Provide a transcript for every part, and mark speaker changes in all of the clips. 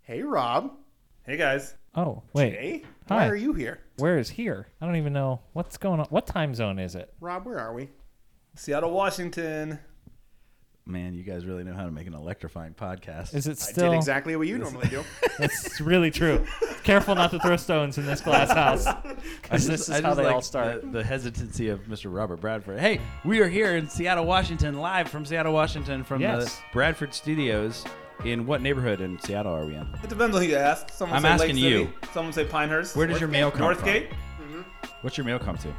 Speaker 1: Hey, Rob.
Speaker 2: Hey guys.
Speaker 3: Oh, wait.
Speaker 1: Hey.
Speaker 3: Hi.
Speaker 1: Why are you here?
Speaker 3: Where is here? I don't even know what's going on. What time zone is it?
Speaker 1: Rob, where are we?
Speaker 2: Seattle, Washington.
Speaker 4: Man, you guys really know how to make an electrifying podcast.
Speaker 3: Is it
Speaker 1: I
Speaker 3: still?
Speaker 1: did exactly what you normally do.
Speaker 3: That's really true. Careful not to throw stones in this glass house.
Speaker 4: I
Speaker 3: Because this
Speaker 4: I
Speaker 3: is how they
Speaker 4: like
Speaker 3: all start.
Speaker 4: The, the hesitancy of Mr. Robert Bradford. Hey, we are here in Seattle, Washington, live from Seattle, Washington, from
Speaker 3: Yes.
Speaker 4: the Bradford Studios. In what neighborhood in Seattle are we in?
Speaker 2: It depends on who you ask. Someone
Speaker 4: I'm
Speaker 2: say Lake
Speaker 4: asking
Speaker 2: City.
Speaker 4: you.
Speaker 2: Someone say Pinehurst.
Speaker 4: Where does your mail come from?
Speaker 2: Northgate,
Speaker 4: What's your mail come to?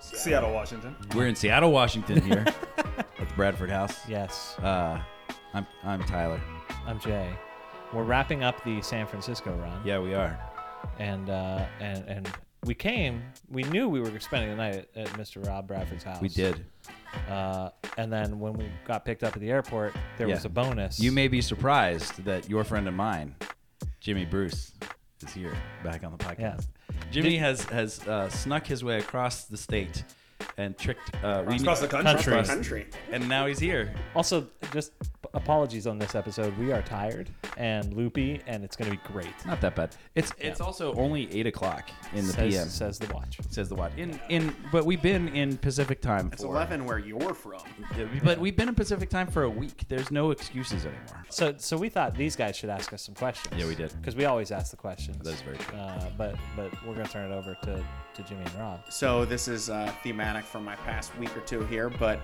Speaker 2: Seattle, Washington.
Speaker 4: We're in Seattle, Washington here at the Bradford House.
Speaker 3: Yes,
Speaker 4: Uh, I'm I'm Tyler.
Speaker 3: I'm Jay. We're wrapping up the San Francisco run,
Speaker 4: Yeah, we are.
Speaker 3: and uh, and and we came. We knew we were spending the night at, at Mr. Rob Bradford's house.
Speaker 4: We did.
Speaker 3: Uh, and then when we got picked up at the airport, there
Speaker 4: Yeah.
Speaker 3: was a bonus.
Speaker 4: You may be surprised that your friend of mine, Jimmy Bruce, is here back on the podcast.
Speaker 3: Yeah.
Speaker 4: Jimmy has has uh, snuck his way across the state and tricked. Uh, we-
Speaker 2: Across the country.
Speaker 3: Country.
Speaker 4: Across-
Speaker 1: Country.
Speaker 4: and now he's here.
Speaker 3: Also, just p- apologies on this episode. We are tired and loopy, and it's going to be great.
Speaker 4: Not that bad. It's it's also only eight o'clock in the
Speaker 3: says,
Speaker 4: PM.
Speaker 3: says the watch.
Speaker 4: Says the watch. In in but we've been in Pacific time. For,
Speaker 1: It's 11 where you're from.
Speaker 4: But we've been in Pacific time for a week. There's no excuses anymore.
Speaker 3: So, so we thought these guys should ask us some questions.
Speaker 4: Yeah, we did.
Speaker 3: Because we always ask the questions.
Speaker 4: That is very true.
Speaker 3: Uh, but but we're gonna turn it over to, to Jimmy and Rob.
Speaker 1: So this is uh, thematic from my past week or two here, but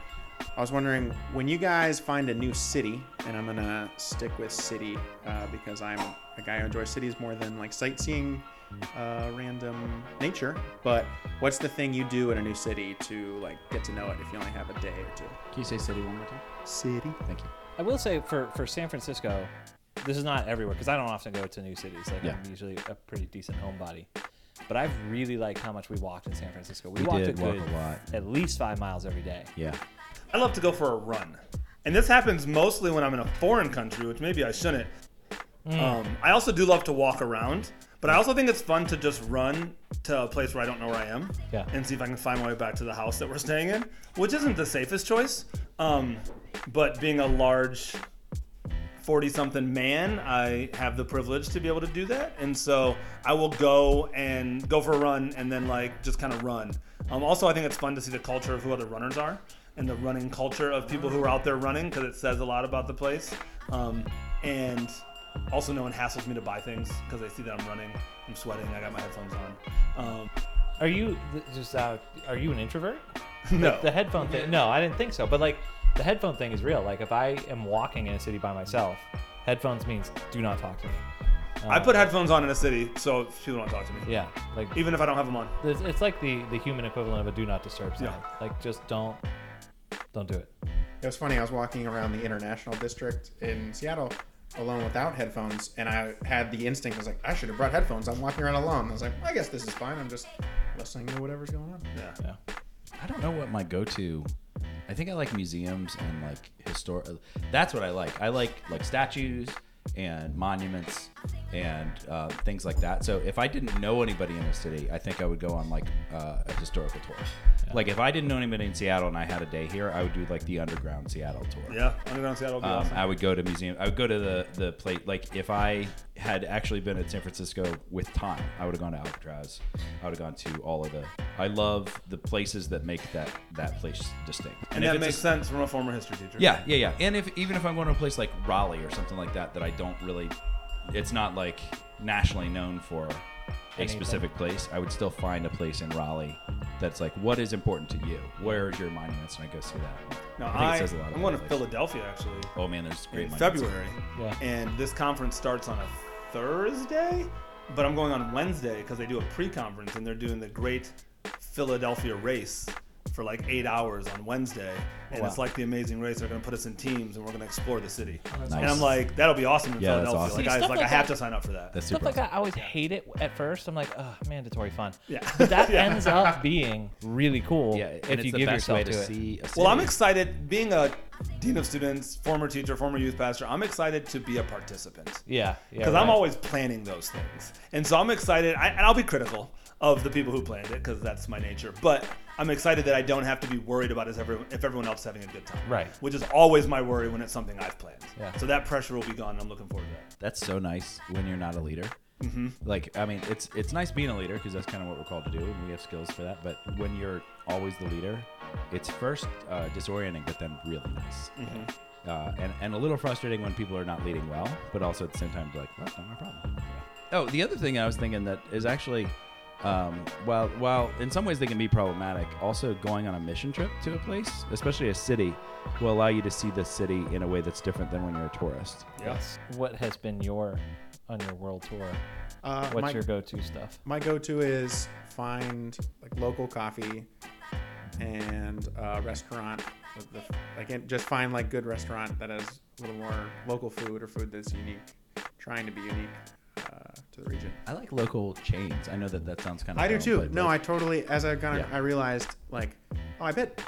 Speaker 1: I was wondering when you guys find a new city, and I'm gonna stick with city uh, because I'm a guy who enjoys cities more than like sightseeing, uh, random nature. But what's the thing you do in a new city to like get to know it if you only have a day or two?
Speaker 4: Can you say city one more time?
Speaker 1: City.
Speaker 4: Thank you.
Speaker 3: I will say for for San Francisco, this is not everywhere because I don't often go to new cities. Like
Speaker 4: Yeah.
Speaker 3: I'm usually a pretty decent homebody. But I've really liked how much we walked in San Francisco. We,
Speaker 4: We
Speaker 3: walked
Speaker 4: did
Speaker 3: a
Speaker 4: walk
Speaker 3: good,
Speaker 4: a lot.
Speaker 3: at least five miles every day.
Speaker 4: Yeah.
Speaker 2: I love to go for a run. And this happens mostly when I'm in a foreign country, which maybe I shouldn't.
Speaker 4: Hmm.
Speaker 2: Um, I also do love to walk around, but I also think it's fun to just run to a place where I don't know where I am
Speaker 3: Yeah.
Speaker 2: and see if I can find my way back to the house that we're staying in, which isn't the safest choice. Um, but being a large 40 something man, I have the privilege to be able to do that. And so I will go and go for a run and then like just kind of run. Um, also, I think it's fun to see the culture of who other runners are and the running culture of people who are out there running because it says a lot about the place. Um, and also, no one hassles me to buy things because they see that I'm running, I'm sweating, I got my headphones on. Um,
Speaker 3: Are you th- just uh, are you an introvert?
Speaker 2: no.
Speaker 3: The headphone thing? No, I didn't think so. But like the headphone thing is real. Like if I am walking in a city by myself, headphones means do not talk to me.
Speaker 2: I put headphones on in a city so people don't talk to me,
Speaker 3: Yeah, like
Speaker 2: even if I don't have them on.
Speaker 3: It's, it's like the, the human equivalent of a do not disturb sign.
Speaker 2: Yeah.
Speaker 3: Like just don't don't do it.
Speaker 1: It was funny. I was walking around the international district in Seattle alone without headphones, and I had the instinct. I was like, I should have brought headphones. I'm walking around alone. I was like, I guess this is fine. I'm just listening to whatever's going on.
Speaker 2: Yeah.
Speaker 3: Yeah.
Speaker 4: I don't know what my go-to. I think I like museums and like historic. That's what I like. I like like statues and monuments and uh, things like that. So if I didn't know anybody in a city, I think I would go on like uh, a historical tour. Like if I didn't know anybody in Seattle and I had a day here, I would do like the underground Seattle tour.
Speaker 2: Yeah, underground Seattle would be
Speaker 4: Um,
Speaker 2: awesome.
Speaker 4: I would go to museum. I would go to the the place. Like if I had actually been at San Francisco with time, I would have gone to Alcatraz. I would have gone to all of the. I love the places that make that that place distinct.
Speaker 2: And,
Speaker 4: if
Speaker 2: that
Speaker 4: it's a-
Speaker 2: makes sense from a former history teacher.
Speaker 4: Yeah, yeah, yeah. And if even if I'm going to a place like Raleigh or something like that, that I don't really, it's not like nationally known for a
Speaker 3: Anything.
Speaker 4: specific place. I would still find a place in Raleigh that's like what is important to you. Where is your monuments? And I go see that.
Speaker 2: No,
Speaker 4: I think
Speaker 2: I,
Speaker 4: it says a lot
Speaker 2: I'm
Speaker 4: about
Speaker 2: going
Speaker 4: the
Speaker 2: to
Speaker 4: place.
Speaker 2: Philadelphia actually
Speaker 4: Oh man, there's great
Speaker 2: in
Speaker 4: monuments.
Speaker 2: February,
Speaker 3: Yeah.
Speaker 2: and this conference starts on a Thursday, but I'm going on Wednesday because they do a pre-conference and they're doing the Great Philadelphia Race for like eight hours on Wednesday,
Speaker 4: Oh,
Speaker 2: and
Speaker 3: Wow.
Speaker 2: it's like the Amazing Race. They're going to put us in teams and we're going to explore the city. And
Speaker 4: Nice.
Speaker 2: I'm like, that'll be awesome in
Speaker 4: Yeah, that's
Speaker 2: Philadelphia.
Speaker 4: awesome.
Speaker 2: Like,
Speaker 3: See,
Speaker 2: I,
Speaker 3: stuff
Speaker 2: like, I
Speaker 3: like
Speaker 2: have
Speaker 3: that-
Speaker 2: to sign up for that.
Speaker 4: That's
Speaker 3: Stuff
Speaker 4: super.
Speaker 3: like that, I always hate it at first. I'm like, oh, mandatory fun.
Speaker 2: Yeah.
Speaker 3: But that
Speaker 2: Yeah.
Speaker 3: ends up being really cool
Speaker 4: Yeah,
Speaker 3: if
Speaker 4: and it's
Speaker 3: you
Speaker 4: the
Speaker 3: give
Speaker 4: best
Speaker 3: yourself
Speaker 4: way
Speaker 3: to,
Speaker 4: to,
Speaker 3: it.
Speaker 4: see. A
Speaker 2: Well, I'm
Speaker 4: city.
Speaker 2: excited. Being a dean of students, former teacher, former youth pastor, I'm excited to be a participant.
Speaker 3: Yeah. Yeah.
Speaker 2: because I'm
Speaker 3: right.
Speaker 2: always planning those things, and so I'm excited. I, and I'll be critical of the people who planned it because that's my nature. But I'm excited that I don't have to be worried about is everyone, if everyone else is having a good time.
Speaker 3: Right.
Speaker 2: Which is always my worry when it's something I've planned.
Speaker 3: Yeah.
Speaker 2: So that pressure will be gone. and I'm looking forward to that.
Speaker 4: That's so nice when you're not a leader. Mm-hmm. Like, I mean, it's it's nice being a leader because that's kind of what we're called to do, and we have skills for that. But when you're always the leader, it's first uh, disorienting, but then really nice, uh, and and a little frustrating when people are not leading well, but also at the same time, be like, well, that's not my problem. Oh, the other thing I was thinking that is actually, um, while while in some ways they can be problematic, also going on a mission trip to a place, especially a city, will allow you to see the city in a way that's different than when you're a tourist.
Speaker 2: Yes.
Speaker 3: What has been your on your world tour?
Speaker 1: Uh,
Speaker 3: What's
Speaker 1: my,
Speaker 3: your go-to stuff?
Speaker 1: my go-to is find like local coffee and uh, restaurant. with the- Like and just find like good restaurant that has a little more local food or food that's unique, trying to be unique uh, to the region.
Speaker 4: I like local chains. I know that that sounds kind of.
Speaker 1: I do too. No, I totally. As I kind of,
Speaker 4: Yeah.
Speaker 1: I realized like, oh, I bet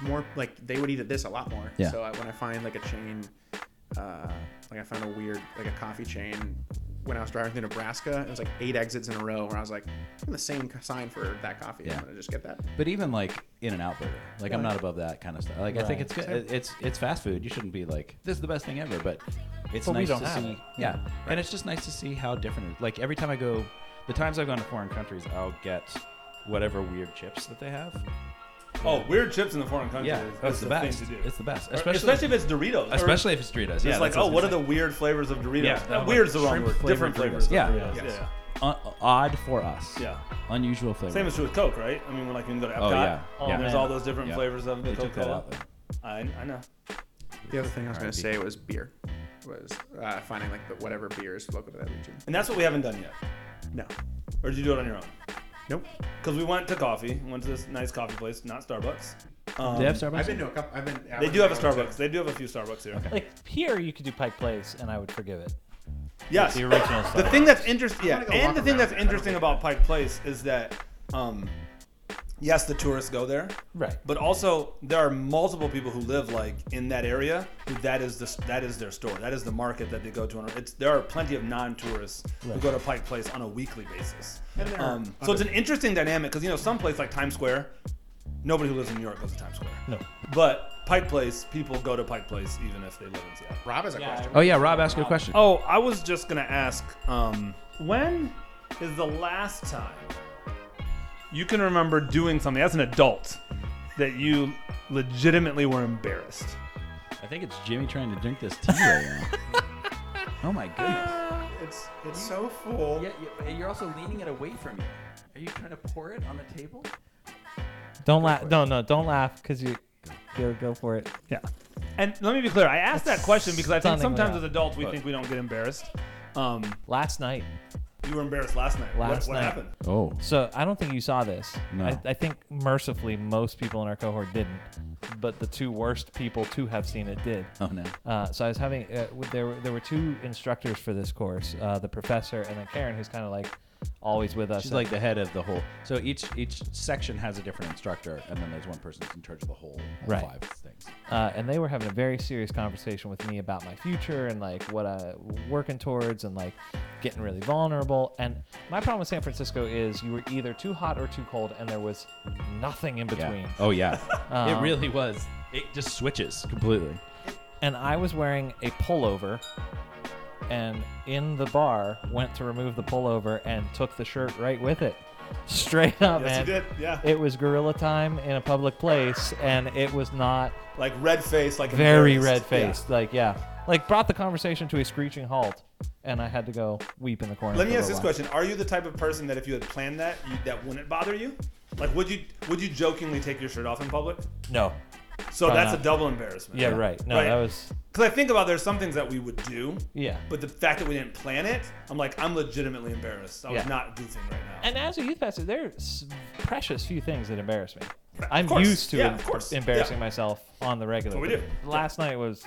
Speaker 1: more like they would eat at this a lot more.
Speaker 4: Yeah.
Speaker 1: So I, when I find like a chain, uh, like I found a weird like a coffee chain when I was driving through Nebraska, it was like eight exits in a row where I was like, I'm the same sign for that coffee.
Speaker 4: Yeah.
Speaker 1: I'm gonna just get that.
Speaker 4: But even like In and Out Burger, like I'm
Speaker 1: Yeah.
Speaker 4: not above that kind of stuff. Like I
Speaker 3: Right.
Speaker 4: think it's good. It- It's it's fast food. You shouldn't be like this is the best thing ever, but it's
Speaker 3: But we
Speaker 4: nice
Speaker 3: don't
Speaker 4: to
Speaker 3: have
Speaker 4: see.
Speaker 3: it.
Speaker 4: Yeah, and it's just nice to see how different. It, like every time I go, the times I've gone to foreign countries, I'll get whatever weird chips that they have.
Speaker 2: Oh, weird chips in the foreign country.
Speaker 4: Yeah,
Speaker 2: is,
Speaker 4: that's
Speaker 2: is
Speaker 4: the,
Speaker 2: thing
Speaker 4: best.
Speaker 2: to do.
Speaker 4: It's the best,
Speaker 2: Or-
Speaker 4: especially
Speaker 2: especially if it's Doritos. or-
Speaker 4: especially if it's Doritos.
Speaker 2: It's
Speaker 4: yeah,
Speaker 2: like,
Speaker 4: that's
Speaker 2: oh,
Speaker 4: I was
Speaker 2: what are
Speaker 4: gonna
Speaker 2: the weird flavors of Doritos?
Speaker 4: Yeah,
Speaker 2: Not
Speaker 4: no, like
Speaker 2: weird's the wrong
Speaker 4: shrimp
Speaker 2: word.
Speaker 4: flavored
Speaker 2: Different flavors.
Speaker 4: Doritos.
Speaker 2: of
Speaker 4: Yeah.
Speaker 2: Doritos.
Speaker 1: Yes.
Speaker 2: yeah.
Speaker 4: say. O- odd for us.
Speaker 2: Yeah.
Speaker 4: unusual flavor.
Speaker 2: Same is true with Coke, right? I mean, when like you can go to Epcot,
Speaker 4: Oh, yeah.
Speaker 3: Oh,
Speaker 4: yeah.
Speaker 2: there's
Speaker 3: man.
Speaker 2: all those different
Speaker 4: Yeah.
Speaker 2: flavors of the
Speaker 4: They took that
Speaker 2: Coca-Cola.
Speaker 4: out. though.
Speaker 2: I, I know.
Speaker 1: The other thing I was gonna
Speaker 4: R.I.P.
Speaker 1: say was beer. Was uh, finding like the whatever beer is local to that region.
Speaker 2: And that's what we haven't done yet.
Speaker 1: No.
Speaker 2: Or did you do it on your own?
Speaker 1: Nope.
Speaker 2: Because we went to coffee, went to this nice coffee place, not Starbucks. Um,
Speaker 4: Do they have Starbucks?
Speaker 1: I've been to a couple. I've been. I
Speaker 2: They
Speaker 1: went
Speaker 2: do have a
Speaker 1: to one
Speaker 2: Starbucks. They do have a few Starbucks here.
Speaker 3: Like here, you could do Pike Place, and I would forgive it.
Speaker 2: Yes.
Speaker 3: The original stuff.
Speaker 2: The thing that's interesting,
Speaker 1: I'm
Speaker 2: yeah,
Speaker 1: gonna go
Speaker 2: and
Speaker 1: walk
Speaker 2: the thing
Speaker 1: around
Speaker 2: that's
Speaker 1: it. I don't
Speaker 2: interesting
Speaker 1: think
Speaker 2: about Pike Place is that, um, yes, the tourists go there,
Speaker 3: Right.
Speaker 2: But also, there are multiple people who live like in that area who that is the that is their store, that is the market that they go to. And It's there are plenty of non-tourists who
Speaker 3: Right.
Speaker 2: go to Pike Place on a weekly basis.
Speaker 1: And there are
Speaker 2: Um, so it's an interesting dynamic because you know some place like Times Square, nobody who lives in New York goes to Times Square.
Speaker 3: No.
Speaker 2: But Pike Place, people go to Pike Place even if they live in Seattle.
Speaker 1: Rob has a question.
Speaker 4: Oh yeah, Rob asked you a question.
Speaker 2: Oh, I was just gonna ask, um, when is the last time you can remember doing something as an adult that you legitimately were embarrassed?
Speaker 4: I think it's Jimmy trying to drink this tea right now. oh my goodness.
Speaker 1: It's it's so full.
Speaker 4: you're also leaning it away from you. Are you trying to pour it on the table?
Speaker 3: Don't laugh. No, no, don't laugh, cause you go go for it.
Speaker 2: Yeah. And let me be clear, I asked that question because I think
Speaker 3: Stunningly
Speaker 2: sometimes
Speaker 3: odd.
Speaker 2: as adults we
Speaker 4: But-
Speaker 2: think we don't get embarrassed. Um,
Speaker 3: Last night.
Speaker 2: you were embarrassed last night.
Speaker 3: Last
Speaker 2: what,
Speaker 3: night.
Speaker 2: What happened?
Speaker 4: Oh.
Speaker 3: So I don't think you saw this.
Speaker 4: No.
Speaker 3: I, I think mercifully most people in our cohort didn't, but the two worst people to have seen it did.
Speaker 4: Oh no.
Speaker 3: Uh, so I was having uh, w- there were there were two instructors for this course, uh, the professor and then Karen, who's kind of like always with us.
Speaker 4: She's
Speaker 3: and-
Speaker 4: like the head of the whole. So each each section has a different instructor, and then there's one person in charge of the whole all
Speaker 3: Right.
Speaker 4: five things.
Speaker 3: uh, and they were having a very serious conversation with me about my future and like what I'm working towards and like getting really vulnerable. And my problem with San Francisco is you were either too hot or too cold, and there was nothing in
Speaker 4: Yeah.
Speaker 3: between.
Speaker 4: Oh yeah. it
Speaker 3: Um,
Speaker 4: really was. It just switches completely.
Speaker 3: and I was wearing a pullover and in the bar went to remove the pullover and took the shirt right with it. Straight up,
Speaker 2: Yes, you
Speaker 3: man.
Speaker 2: did. Yeah.
Speaker 3: It was gorilla time in a public place and it was not
Speaker 2: Like red face, like
Speaker 3: very red
Speaker 2: embarrassed. Yeah.
Speaker 3: faced. Like, yeah. Like brought the conversation to a screeching halt and I had to go weep in the corner.
Speaker 2: Let
Speaker 3: for
Speaker 2: me
Speaker 3: a
Speaker 2: ask this
Speaker 3: little
Speaker 2: question: Are you the type of person that if you had planned that, you, that wouldn't bother you? Like, would you would you jokingly take your shirt off in public?
Speaker 3: while. No.
Speaker 2: So
Speaker 3: Probably
Speaker 2: that's
Speaker 3: not.
Speaker 2: a double embarrassment.
Speaker 3: Yeah, right. No,
Speaker 2: Right.
Speaker 3: that was
Speaker 2: Because I think about there's some things that we would do,
Speaker 3: yeah.
Speaker 2: but the fact that we didn't plan it, I'm like, I'm legitimately embarrassed. I was
Speaker 3: Yeah.
Speaker 2: not goofing right now.
Speaker 3: And as a youth pastor, there's precious few things that embarrass me. I'm
Speaker 2: course.
Speaker 3: used to
Speaker 2: Yeah,
Speaker 3: em-
Speaker 2: of course.
Speaker 3: embarrassing
Speaker 2: Yeah.
Speaker 3: myself on the regular.
Speaker 2: That's what we
Speaker 3: but
Speaker 2: do.
Speaker 3: Last night was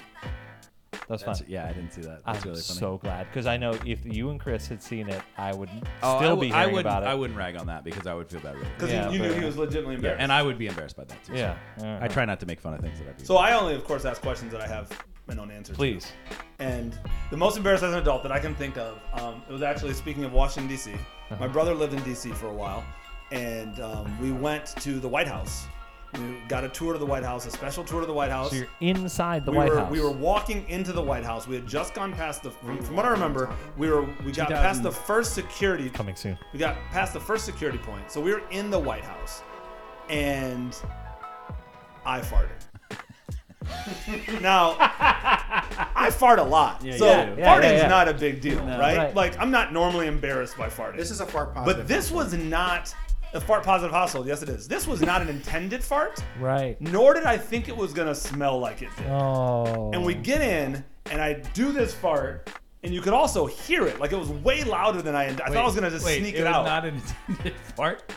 Speaker 3: that's fun.
Speaker 4: That's- yeah, I didn't see that.
Speaker 3: I'm
Speaker 4: That's really funny.
Speaker 3: so glad because I know if you and Chris had seen it, I would
Speaker 4: Oh, I
Speaker 3: still
Speaker 4: w-
Speaker 3: be
Speaker 4: I
Speaker 3: hearing
Speaker 4: wouldn't,
Speaker 3: about it.
Speaker 4: I wouldn't rag on that because I would feel bad. Really.
Speaker 2: Because
Speaker 3: Yeah,
Speaker 2: you, knew
Speaker 3: but-
Speaker 2: he was legitimately
Speaker 4: Yeah,
Speaker 2: embarrassed.
Speaker 4: and I would be embarrassed by that too. so.
Speaker 3: Yeah. Uh-huh.
Speaker 4: I try not to make fun of things that I do.
Speaker 2: so I only, of course, ask questions that I have my own answers. to.
Speaker 3: Please.
Speaker 2: And the most embarrassed as an
Speaker 3: Uh-huh.
Speaker 2: adult that I can think of, um, it was actually speaking of Washington D.C. My brother lived in D.C. for a while, and um, we went to the White House. We got a tour to the White House, a special tour to the White House.
Speaker 3: So you're inside the
Speaker 2: we
Speaker 3: White
Speaker 2: were,
Speaker 3: House.
Speaker 2: We were walking into the White House. We had just gone past the. From, from what I remember, we were we got past the first security.
Speaker 3: coming soon.
Speaker 2: We got past the first security point, so we were in the White House, and I farted. now, I fart a lot, so
Speaker 4: you do.
Speaker 2: farting's
Speaker 3: Yeah, yeah, yeah.
Speaker 2: not a big deal, right?
Speaker 3: Right.
Speaker 2: Like I'm not normally embarrassed by farting.
Speaker 1: This is a far positive.
Speaker 2: but this was not a fart positive household. Yes, it is. This was not an intended fart,
Speaker 3: Right.
Speaker 2: nor did I think it was gonna smell like it did
Speaker 3: Oh.
Speaker 2: and we get in and I do this fart and you could also hear it like it was way louder than I I thought I was gonna just
Speaker 4: Wait,
Speaker 2: sneak
Speaker 4: it,
Speaker 2: it,
Speaker 4: was
Speaker 2: out.
Speaker 4: Not an intended fart.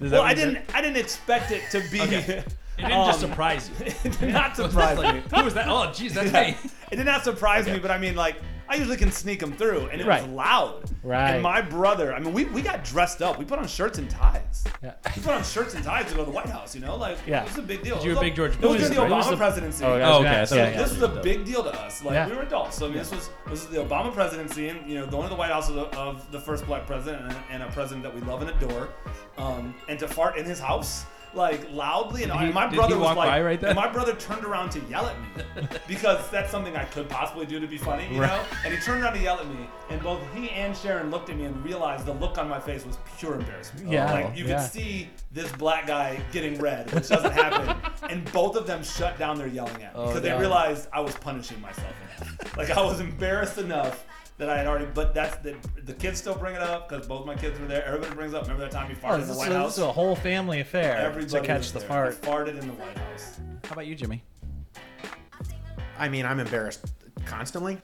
Speaker 4: Is that
Speaker 2: well,
Speaker 4: what
Speaker 2: I
Speaker 4: you said?
Speaker 2: didn't I didn't expect it to be
Speaker 4: Okay. It didn't
Speaker 2: Um,
Speaker 4: just surprise you. It
Speaker 2: it did not
Speaker 4: was
Speaker 2: surprise
Speaker 4: like,
Speaker 2: me.
Speaker 4: Who was that? Oh, jeez, that's me.
Speaker 2: It did not surprise me, but I mean like I usually can sneak them through and it
Speaker 3: Right.
Speaker 2: was loud.
Speaker 3: Right.
Speaker 2: And my brother, I mean we, we got dressed up. We put on shirts and ties. We put on shirts and ties to go to the White House, you know? Like
Speaker 3: Yeah.
Speaker 2: it was a big deal.
Speaker 4: You
Speaker 2: It
Speaker 4: were
Speaker 2: was a-
Speaker 4: big George
Speaker 2: It was
Speaker 4: Bush,
Speaker 2: during the
Speaker 4: right? It
Speaker 3: was
Speaker 2: Obama
Speaker 3: the-
Speaker 2: presidency.
Speaker 3: Oh,
Speaker 4: Oh,
Speaker 3: okay.
Speaker 4: okay,
Speaker 3: That's
Speaker 4: so-
Speaker 2: this was a big deal to us. Like
Speaker 3: Yeah.
Speaker 2: we were adults, so I mean, this was this was the Obama presidency, and you know, going to the White House of the, of the first black president and, and a president that we love and adore, um, and to fart in his house like loudly, and,
Speaker 4: he-
Speaker 2: and my
Speaker 4: did
Speaker 2: brother
Speaker 4: he walk
Speaker 2: was like,
Speaker 4: by right then?
Speaker 2: my brother turned around to yell at me because that's something I could possibly do to be funny, you know. And he turned around to yell at me, and both he and Sharon looked at me and realized the look on my face was pure embarrassment.
Speaker 3: Yeah.
Speaker 2: like you
Speaker 3: Yeah.
Speaker 2: could see this black guy getting red, which doesn't happen, and both of them shut down their yelling
Speaker 3: Oh,
Speaker 2: at me because they
Speaker 4: no.
Speaker 2: realized I was punishing myself. Enough. like I was embarrassed enough that I had already. But that's the the kids still bring it up because both my kids were there. Everybody brings up. Remember that time you farted
Speaker 3: Oh,
Speaker 2: in
Speaker 3: this,
Speaker 2: the
Speaker 3: is
Speaker 2: White
Speaker 3: a, this
Speaker 2: House?
Speaker 3: is a whole family affair
Speaker 2: Everybody
Speaker 3: to catch
Speaker 2: was
Speaker 3: the
Speaker 2: there.
Speaker 3: fart.
Speaker 2: I farted in the White House.
Speaker 4: How about you, Jimmy?
Speaker 1: I mean, I'm embarrassed constantly.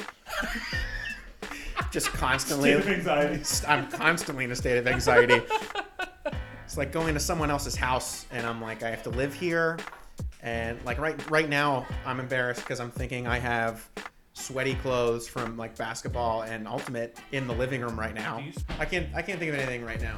Speaker 1: Just
Speaker 2: State of
Speaker 1: constantly.
Speaker 2: anxiety.
Speaker 1: I'm constantly in a state of anxiety. it's like going to someone else's house and I'm like, I have to live here. And like right right now, I'm embarrassed because I'm thinking I have sweaty clothes from like basketball and ultimate in the living room right now. I can't I can't think of anything right now,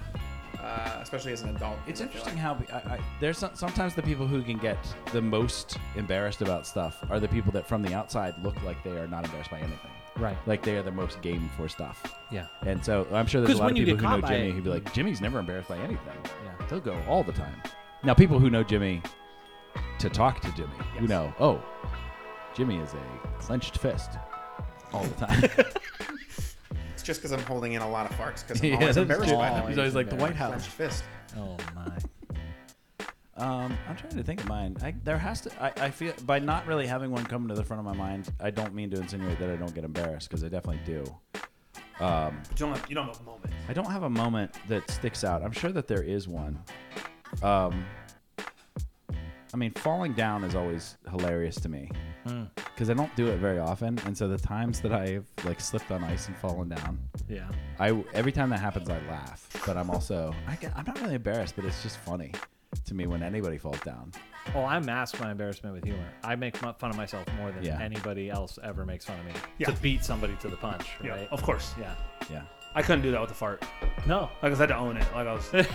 Speaker 1: uh, especially as an adult.
Speaker 4: It's
Speaker 1: I feel
Speaker 4: interesting
Speaker 1: like.
Speaker 4: how I, I, there's some, sometimes the people who can get the most embarrassed about stuff are the people that from the outside look like they are not embarrassed by anything.
Speaker 3: Right.
Speaker 4: Like they are the most game for stuff.
Speaker 3: Yeah.
Speaker 4: And so I'm sure there's
Speaker 3: 'Cause
Speaker 4: a lot
Speaker 3: when
Speaker 4: of
Speaker 3: you
Speaker 4: people
Speaker 3: get
Speaker 4: who
Speaker 3: caught
Speaker 4: know
Speaker 3: by
Speaker 4: Jimmy
Speaker 3: it-
Speaker 4: who'd be like, Jimmy's never embarrassed by anything.
Speaker 3: Yeah.
Speaker 4: He'll go all the time. Now people who know Jimmy to talk to Jimmy, you know, oh, Jimmy is a clenched fist all the time.
Speaker 1: It's just because I'm holding in a lot of farts because I'm always embarrassed by them.
Speaker 4: He's always like the White
Speaker 1: Clenched
Speaker 4: House.
Speaker 1: fist.
Speaker 3: Oh my.
Speaker 4: Um, I'm trying to think of mine. I, there has to. I, I feel by not really having one come to the front of my mind. I don't mean to insinuate that I don't get embarrassed because I definitely do.
Speaker 2: But you don't have, you don't have a moment.
Speaker 4: I don't have a moment that sticks out. I'm sure that there is one. Um, I mean, falling down is always hilarious to me because I don't do it very often, and so the times that I've like slipped on ice and fallen down,
Speaker 3: Yeah.
Speaker 4: I every time that happens, I laugh. But I'm also I, get- I'm not really embarrassed, but it's just funny to me when anybody falls down.
Speaker 3: Well, Oh, I mask my embarrassment with humor. I make mu- fun of myself more than
Speaker 4: Yeah.
Speaker 3: anybody else ever makes fun of me.
Speaker 2: Yeah.
Speaker 3: To beat somebody to the punch,
Speaker 2: Yeah,
Speaker 3: right?
Speaker 2: of course.
Speaker 3: Yeah.
Speaker 4: Yeah.
Speaker 2: I couldn't do that with the fart.
Speaker 3: No,
Speaker 2: Like I said, to own it. Like I was, that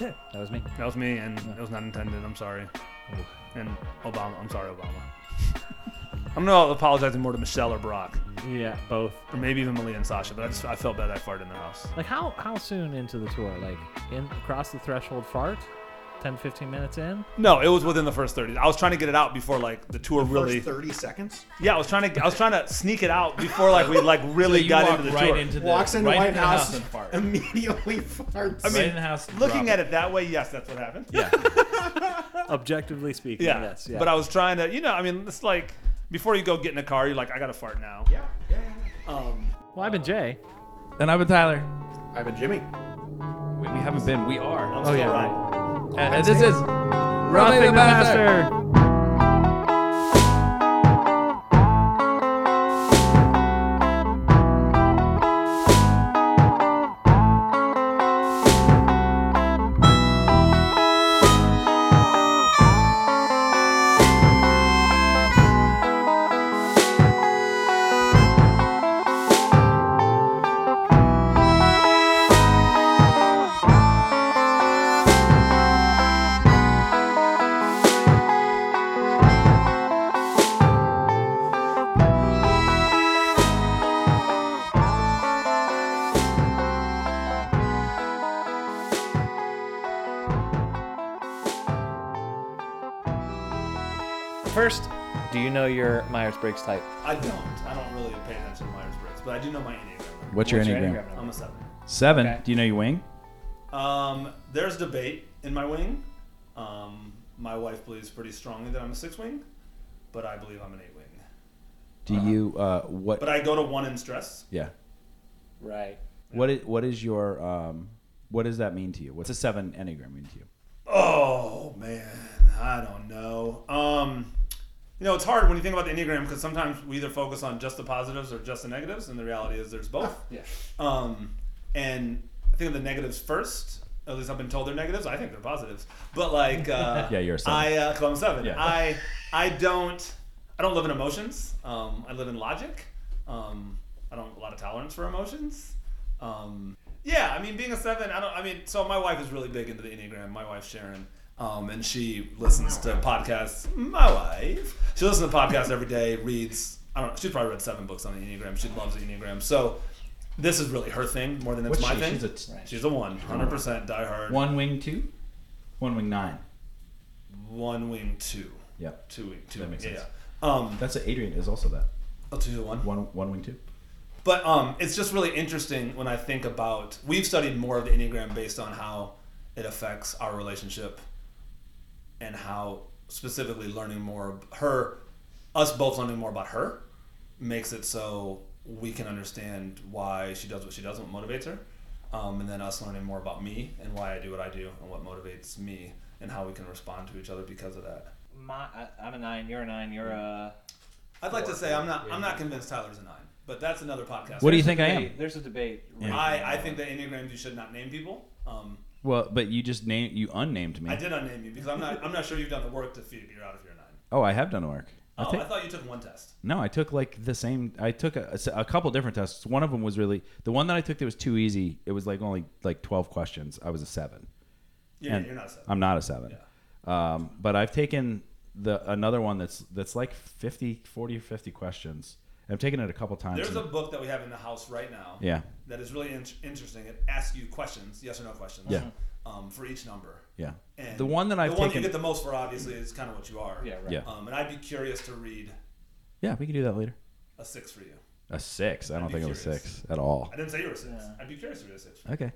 Speaker 3: that was me.
Speaker 2: was me, and it was not intended. I'm sorry. And Obama, I'm sorry, Obama. I'm not apologizing more to Michelle or Brock,
Speaker 3: Yeah, both.
Speaker 2: or maybe even Malia and Sasha. But I just I felt bad I farted in their house.
Speaker 3: Like how how soon into the tour? Like in across the threshold fart? 10 15 minutes in?
Speaker 2: No, it was within the first 30. I was trying to get it out before like the tour really.
Speaker 1: First 30 seconds.
Speaker 2: Yeah, I was trying to I was trying to sneak it out before like we like really got into the tour.
Speaker 1: Walks into White House,
Speaker 4: and fart.
Speaker 1: immediately farts.
Speaker 2: I mean,
Speaker 4: in the house,
Speaker 2: looking
Speaker 4: drop
Speaker 2: at it that way, yes, that's what happened.
Speaker 4: Yeah.
Speaker 3: Objectively speaking,
Speaker 2: Yeah.
Speaker 3: yes. Yeah.
Speaker 2: But I was trying to, you know, I mean, it's like before you go get in a car, you're like, I gotta fart now.
Speaker 1: yeah, yeah,
Speaker 2: Um,
Speaker 3: well, I've been Jay.
Speaker 4: and I'm with Tyler.
Speaker 1: yeah. I've been Jimmy.
Speaker 4: We, we haven't been. We are.
Speaker 2: oh yeah. Right.
Speaker 4: And, and this is Roughing the Master.
Speaker 3: first, do you know your Myers Briggs type?
Speaker 2: I don't. I don't really pay attention to Myers Briggs, but I do know my Enneagram.
Speaker 4: What's your
Speaker 3: What's your
Speaker 4: Enneagram?
Speaker 3: Enneagram number?
Speaker 2: I'm a seven.
Speaker 4: Seven.
Speaker 3: Okay.
Speaker 4: Do you know your wing?
Speaker 2: Um, there's debate in my wing. Um, my wife believes pretty strongly that I'm a six wing, but I believe I'm an eight wing.
Speaker 4: Do you uh, what?
Speaker 2: But I go to one in stress.
Speaker 4: yeah.
Speaker 3: Right.
Speaker 4: What is what is your um, what does that mean to you? What's a seven enneagram mean to you?
Speaker 2: Oh man, I don't know. Um, you know, it's hard when you think about the enneagram because sometimes we either focus on just the positives or just the negatives, and the reality is there's both.
Speaker 3: Yeah.
Speaker 2: Um, and I think of the negatives first. At least I've been told they're negatives. I think they're positives. But like, uh,
Speaker 4: Yeah, you're a seven.
Speaker 2: I, uh, 'cause I'm a seven.
Speaker 4: Yeah.
Speaker 2: I, I don't, I don't live in emotions. Um, I live in logic. Um, I don't have a lot of tolerance for emotions. Um, yeah, I mean, being a seven, I don't. I mean, so my wife is really big into the enneagram. My wife Sharon, um, and she listens to podcasts. My wife, she listens to podcasts every day. Reads. I don't. know, She's probably read seven books on the enneagram. She loves the enneagram. So. This is really her thing more than it's
Speaker 4: What's
Speaker 2: my
Speaker 4: she?
Speaker 2: thing.
Speaker 4: She's a t-
Speaker 2: She's a one, 100% die hard. One,
Speaker 4: One wing two, one wing nine.
Speaker 2: wing two.
Speaker 4: Yep.
Speaker 2: Two wing two.
Speaker 4: That makes
Speaker 2: yeah,
Speaker 4: sense.
Speaker 2: Yeah. Um,
Speaker 4: That's a, Adrian is also that.
Speaker 2: I'll do the one.
Speaker 4: One one wing two.
Speaker 2: But um, it's just really interesting when I think about. We've studied more of the enneagram based on how it affects our relationship, and how specifically learning more ab- her, us both learning more about her, makes it so we can understand why she does what she does, and what motivates her, um, and then us learning more about me and why I do what I do and what motivates me and how we can respond to each other because of that.
Speaker 3: My, I, I'm a nine. You're a nine. You're a.
Speaker 2: I'd like to say I'm not. I'm not convinced Tyler's a nine, but that's another podcast.
Speaker 4: What do you think I am?
Speaker 3: Hey, there's a debate.
Speaker 2: I, I think that enneagrams you should not name people. Um,
Speaker 4: Well, but you just name you unnamed me.
Speaker 2: I did unnamed you because I'm not I'm not sure you've done the work to figure out if you're a nine.
Speaker 4: Oh, I have done work.
Speaker 2: Oh,
Speaker 4: I
Speaker 2: I,
Speaker 4: think
Speaker 2: thought you took one test.
Speaker 4: no, I took like the same. I took a, a couple different tests. One of them was really the one that I took that was too easy. It was like only like twelve questions. I was a seven.
Speaker 2: Yeah,
Speaker 4: And
Speaker 2: you're not a seven.
Speaker 4: I'm not a seven. Um, but I've taken the another one that's that's like 50, 40 or 50 questions. I've taken it a couple times.
Speaker 2: There's a
Speaker 4: and-
Speaker 2: book that we have in the house right now.
Speaker 4: yeah,
Speaker 2: That is really in- interesting. It asks you questions, yes or no questions.
Speaker 4: Yeah.
Speaker 2: Um, for each number.
Speaker 4: yeah.
Speaker 2: And
Speaker 4: the one that
Speaker 2: the
Speaker 4: I've
Speaker 2: one
Speaker 4: taken.
Speaker 2: you get the most for obviously is kind of what you are.
Speaker 3: Yeah, right.
Speaker 4: Yeah.
Speaker 2: Um, and I'd be curious to read
Speaker 4: yeah, we can do that later.
Speaker 2: a six for you.
Speaker 4: A six. I don't
Speaker 2: be
Speaker 4: think it was
Speaker 2: curious.
Speaker 4: six at all.
Speaker 2: I didn't say you were a six.
Speaker 3: Yeah.
Speaker 2: I'd be curious to read a six. For you.
Speaker 4: Okay.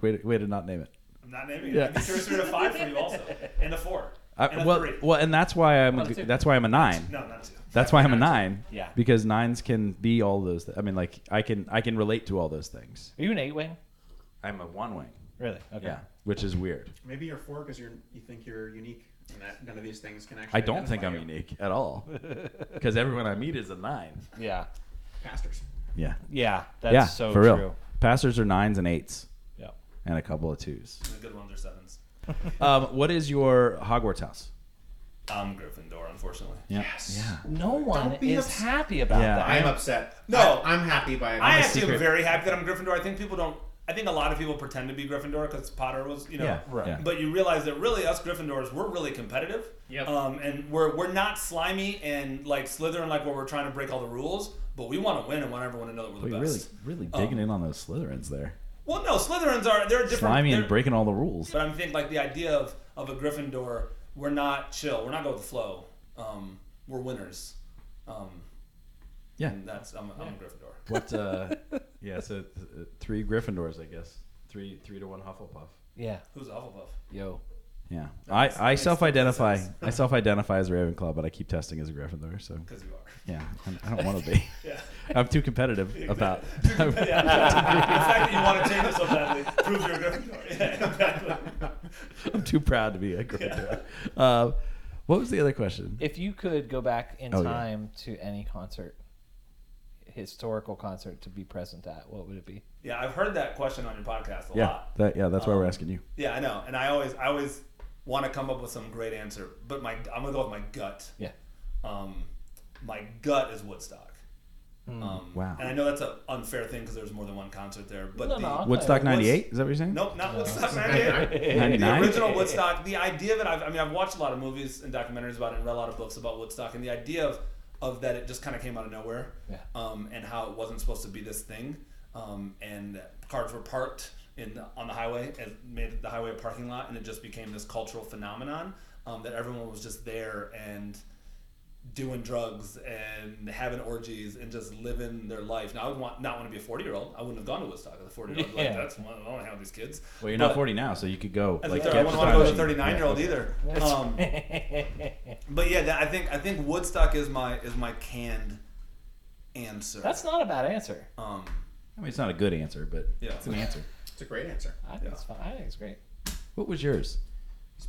Speaker 4: Way to, way to not name it.
Speaker 2: I'm not naming
Speaker 4: Yeah.
Speaker 2: it. I'd be curious to read a five for you also, and a four, and
Speaker 4: I,
Speaker 2: a
Speaker 4: well,
Speaker 2: three.
Speaker 4: well, and that's why I'm.
Speaker 3: Not
Speaker 4: A,
Speaker 3: a
Speaker 4: g-
Speaker 3: two.
Speaker 4: that's why I'm a nine.
Speaker 2: No, not two.
Speaker 4: That's why I'm a nine.
Speaker 3: Yeah.
Speaker 4: Because nines can be all those. Th- I mean, like I can I can relate to all those things.
Speaker 3: Are you an eight wing?
Speaker 4: I'm a one wing.
Speaker 3: Really? Okay.
Speaker 4: Yeah. Which is weird.
Speaker 1: Maybe you're four because you're you think you're unique, and that none of these things can actually.
Speaker 4: I don't think I'm
Speaker 1: identify you.
Speaker 4: unique at all. Because everyone I meet is a nine.
Speaker 3: Yeah.
Speaker 1: Pastors.
Speaker 4: Yeah.
Speaker 3: Yeah. That's
Speaker 4: yeah.
Speaker 3: so
Speaker 4: for real.
Speaker 3: true.
Speaker 4: Passers are nines and eights,
Speaker 3: Yeah.
Speaker 4: and a couple of twos.
Speaker 2: And the good ones are sevens.
Speaker 4: Um, what is your Hogwarts house?
Speaker 2: I'm Gryffindor, unfortunately.
Speaker 4: Yeah.
Speaker 1: Yes.
Speaker 4: Yeah.
Speaker 3: No one
Speaker 1: be
Speaker 3: is
Speaker 1: obs-
Speaker 3: happy about
Speaker 4: Yeah.
Speaker 3: that.
Speaker 1: I'm upset.
Speaker 2: No.
Speaker 1: I, am happy by.
Speaker 2: I
Speaker 1: it.
Speaker 2: actually
Speaker 4: secret.
Speaker 2: am very happy that I'm Gryffindor. I think people don't. I think a lot of people pretend to be Gryffindor because Potter was, you know.
Speaker 4: Yeah, right. yeah.
Speaker 2: But you realize that really us Gryffindors, we're really competitive.
Speaker 3: Yep.
Speaker 2: Um, and we're we're not slimy and like Slytherin, like where we're trying to break all the rules, but we want to win and want everyone to know that we're the
Speaker 4: We really,
Speaker 2: best.
Speaker 4: really digging in on those Slytherins there.
Speaker 2: Well, no, Slytherins are they're different.
Speaker 4: Slimy and
Speaker 2: they're-
Speaker 4: breaking all the rules.
Speaker 2: But I'm thinking like the idea of of a Gryffindor, we're not chill. We're not going with the flow. Um, we're winners. Um,
Speaker 4: Yeah.
Speaker 2: and that's I'm, I'm a Gryffindor.
Speaker 4: What? Uh, yeah. So th- three Gryffindors, I guess. Three, three to one Hufflepuff.
Speaker 3: yeah.
Speaker 2: Who's Hufflepuff?
Speaker 3: Yo.
Speaker 4: Yeah. I, I self-identify. I self-identify as Ravenclaw, but I keep testing as a Gryffindor. So
Speaker 2: Because you are.
Speaker 4: yeah, I'm, I don't want to be.
Speaker 2: Yeah.
Speaker 4: I'm too competitive about.
Speaker 2: yeah, exactly. the fact that you want to change it so badly proves you're a Gryffindor. Yeah, exactly.
Speaker 4: I'm too proud to be a Gryffindor. Uh, what was the other question?
Speaker 3: If you could go back in
Speaker 4: Oh, yeah.
Speaker 3: time to any concert, historical concert to be present at, what would it be?
Speaker 2: Yeah, I've heard that question on your podcast a
Speaker 4: Yeah,
Speaker 2: lot.
Speaker 4: that, yeah, that's why we're asking you.
Speaker 2: Yeah, I know, and I always, I always want to come up with some great answer, but my, I'm gonna go with my gut.
Speaker 3: Yeah.
Speaker 2: Um, my gut is Woodstock. Um,
Speaker 4: Hmm. Wow.
Speaker 2: And I know that's an unfair thing because there's more than one concert there, but
Speaker 3: No,
Speaker 2: the,
Speaker 3: no.
Speaker 4: Woodstock
Speaker 2: What's-
Speaker 4: '98? Is that what you're saying?
Speaker 2: Uh, nope, not Woodstock '98. The
Speaker 4: 99?
Speaker 2: original Woodstock. The idea that I've, I mean, I've watched a lot of movies and documentaries about it, and read a lot of books about Woodstock, and the idea of, of that it just kind of came out of nowhere,
Speaker 3: Yeah.
Speaker 2: um, and how it wasn't supposed to be this thing, um, and cars were parked in on the highway and made the highway a parking lot, and it just became this cultural phenomenon. um, that everyone was just there and doing drugs and having orgies and just living their life. Now I would want not want to be a forty year old. I wouldn't have gone to Woodstock as a forty year old. Like
Speaker 3: Yeah.
Speaker 2: that's one, I don't want to have these kids.
Speaker 4: Well, you're
Speaker 2: But-
Speaker 4: not 40 now, so you could go.
Speaker 2: I,
Speaker 4: Like,
Speaker 2: think I
Speaker 4: get
Speaker 2: wouldn't
Speaker 4: the
Speaker 2: want to go to thirty
Speaker 4: strategy.
Speaker 2: nine year old
Speaker 4: Yeah.
Speaker 2: either. Um, but yeah, that, I think I think Woodstock is my is my canned answer.
Speaker 3: That's not a bad answer.
Speaker 2: um
Speaker 4: I mean, it's not a good answer, but
Speaker 2: Yeah.
Speaker 4: it's an answer.
Speaker 1: It's a great answer.
Speaker 3: I think it's fine. I think it's great.
Speaker 4: What was yours?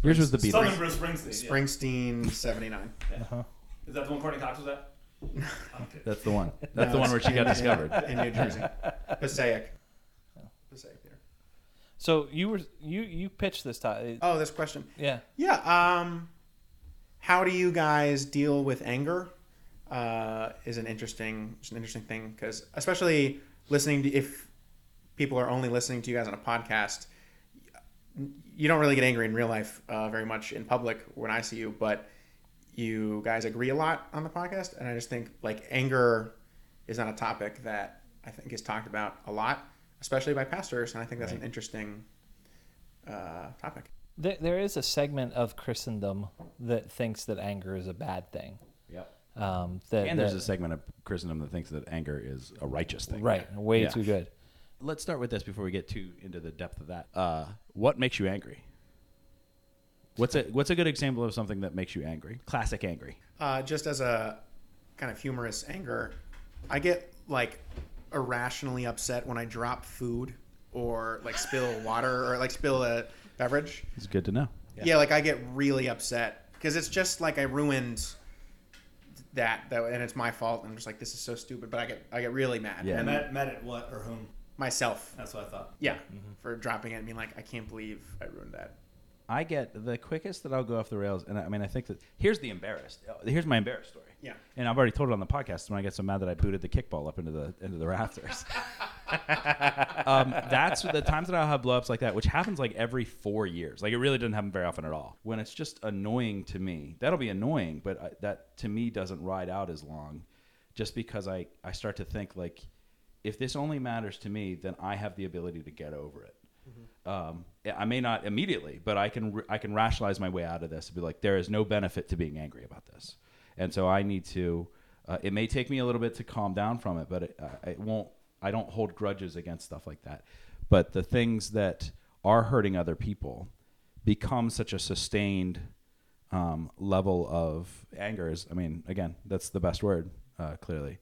Speaker 4: Yours was the
Speaker 2: Southern
Speaker 4: Beatles.
Speaker 2: Bruce Springsteen. yeah.
Speaker 1: Springsteen 79.
Speaker 2: Is that the one Courtney Cox was at?
Speaker 4: That's the one. That's the one where she got discovered.
Speaker 1: In New Jersey. Passaic. Passaic Theater.
Speaker 3: So you were you you pitched this time.
Speaker 1: Oh, this question.
Speaker 3: yeah.
Speaker 1: Yeah. Um, how do you guys deal with anger? Uh, is an interesting, it's an interesting thing because especially listening to if people are only listening to you guys on a podcast, you don't really get angry in real life uh, very much in public when I see you, but you guys agree a lot on the podcast, and I just think like anger is not a topic that I think is talked about a lot, especially by pastors, and I think that's an interesting uh, topic.
Speaker 3: There, there is a segment of Christendom that thinks that anger is a bad thing.
Speaker 4: Yep.
Speaker 3: Um, that,
Speaker 4: And there's
Speaker 3: that-
Speaker 4: a segment of Christendom that thinks that anger is a righteous thing.
Speaker 3: right, way
Speaker 4: Yeah.
Speaker 3: too good.
Speaker 4: Let's start with this before we get too into the depth of that. Uh, what makes you angry? What's a What's a good example of something that makes you angry? Classic angry.
Speaker 1: uh, just as a kind of humorous anger, I get like irrationally upset when I drop food or like spill water or like spill a beverage.
Speaker 4: It's good to know.
Speaker 1: Yeah, like I get really upset because it's just like I ruined that though, and it's my fault. I'm just like this is so stupid, but I get I get really mad.
Speaker 4: Yeah.
Speaker 1: and
Speaker 2: Met met at what or whom?
Speaker 1: myself.
Speaker 2: That's what I thought.
Speaker 1: Yeah, for dropping it and being like, I can't believe I ruined that.
Speaker 4: I get the quickest that I'll go off the rails, and I, I mean, I think that here's the embarrassed. uh, Here's my embarrassed story.
Speaker 1: Yeah.
Speaker 4: and I've already told it on the podcast when I got so mad that I booted the kickball up into the into the rafters. um, that's the times that I'll have blowups like that, which happens like every four years. Like it really doesn't happen very often at all. When it's just annoying to me, that'll be annoying, but I, that to me doesn't ride out as long, just because I I start to think like, if this only matters to me, then I have the ability to get over it. Um, I may not immediately, but I can I can rationalize my way out of this and be like, there is no benefit to being angry about this, and so I need to. Uh, it may take me a little bit to calm down from it, but it, I, it won't. I don't hold grudges against stuff like that. But the things that are hurting other people become such a sustained um, level of anger. Is I mean, again, that's the best word. Uh, clearly,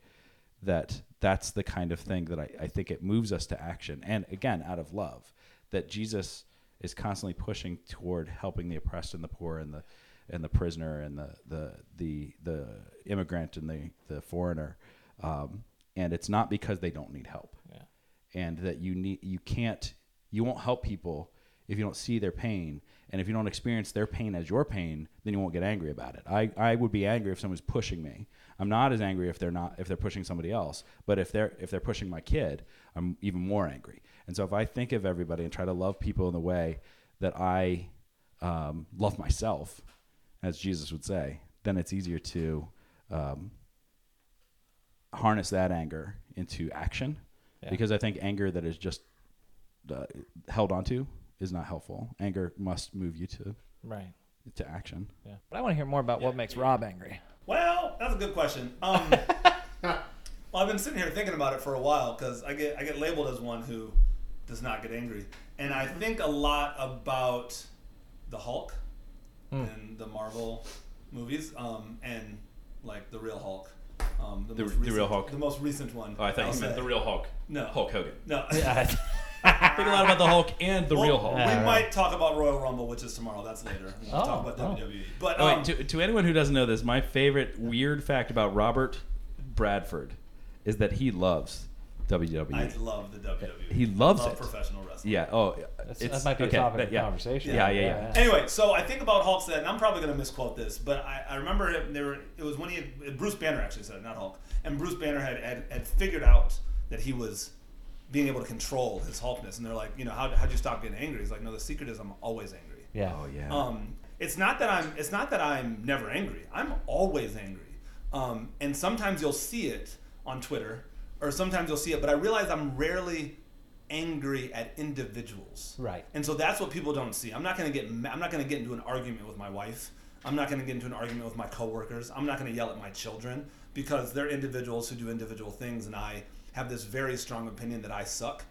Speaker 4: that that's the kind of thing that I, I think it moves us to action and again out of love that jesus is constantly pushing toward helping the oppressed and the poor and the and the prisoner and the the the, the immigrant and the the foreigner um, and it's not because they don't need help
Speaker 3: Yeah.
Speaker 4: and that you need you can't you won't help people if you don't see their pain and if you don't experience their pain as your pain then you won't get angry about it i, I would be angry if someone's pushing me i'm not as angry if they're not if they're pushing somebody else but if they're if they're pushing my kid i'm even more angry and so if i think of everybody and try to love people in the way that i um, love myself as jesus would say then it's easier to um, harness that anger into action
Speaker 3: Yeah.
Speaker 4: because I think anger that is just uh, held onto is not helpful. Anger must move you to
Speaker 3: Right.
Speaker 4: to action.
Speaker 3: Yeah. But I want to hear more about what makes Rob angry.
Speaker 2: Well, that's a good question. Um, well, I've been sitting here thinking about it for a while because I get I get labeled as one who does not get angry, and I
Speaker 4: Mm-hmm.
Speaker 2: think a lot about the Hulk
Speaker 4: Hmm.
Speaker 2: and the Marvel movies, um, and like the real Hulk, um, the, most
Speaker 4: the
Speaker 2: recent,
Speaker 4: real Hulk.
Speaker 2: the most recent one.
Speaker 4: Oh,
Speaker 2: I'll say.
Speaker 4: real Hulk.
Speaker 2: No.
Speaker 4: Hogan.
Speaker 2: No,
Speaker 4: I think a lot about the Hulk and the
Speaker 2: Well,
Speaker 4: real Hulk.
Speaker 2: We
Speaker 3: Yeah, right.
Speaker 2: might talk about Royal Rumble, which is tomorrow. That's later. We'll
Speaker 3: Oh,
Speaker 2: talk about
Speaker 3: oh.
Speaker 2: WWE. But
Speaker 4: Oh,
Speaker 2: um,
Speaker 4: wait, to, to anyone who doesn't know this, my favorite weird fact about Robert Bradford is that he loves WWE.
Speaker 2: I love the WWE.
Speaker 4: He loves
Speaker 2: Love
Speaker 4: it.
Speaker 2: professional wrestling.
Speaker 4: yeah. Oh,
Speaker 3: That's,
Speaker 4: it's-
Speaker 3: that might be
Speaker 4: okay,
Speaker 3: a topic
Speaker 4: that-
Speaker 3: of
Speaker 4: yeah.
Speaker 3: conversation.
Speaker 4: Yeah, yeah, yeah.
Speaker 2: Anyway, so I think about Hulk said, and I'm probably going to misquote this, but I, I remember it, there were, it was when he had, Bruce Banner actually said it, not Hulk, and Bruce Banner had, had, had figured out that he was being able to control his Hulkness, and they're like, you know, how how'd you stop getting angry? He's like, no, the secret is I'm always angry.
Speaker 3: Yeah.
Speaker 4: Oh yeah.
Speaker 2: Um, it's not that I'm. It's not that I'm never angry. I'm always angry. Um, and sometimes you'll see it on Twitter, or sometimes you'll see it. But I realize I'm rarely angry at individuals.
Speaker 3: Right.
Speaker 2: And so that's what people don't see. I'm not gonna get. ma- I'm not gonna get into an argument with my wife I'm not going to get into an argument with my coworkers. I'm not going to yell at my children because they're individuals who do individual things, and I have this very strong opinion that I suck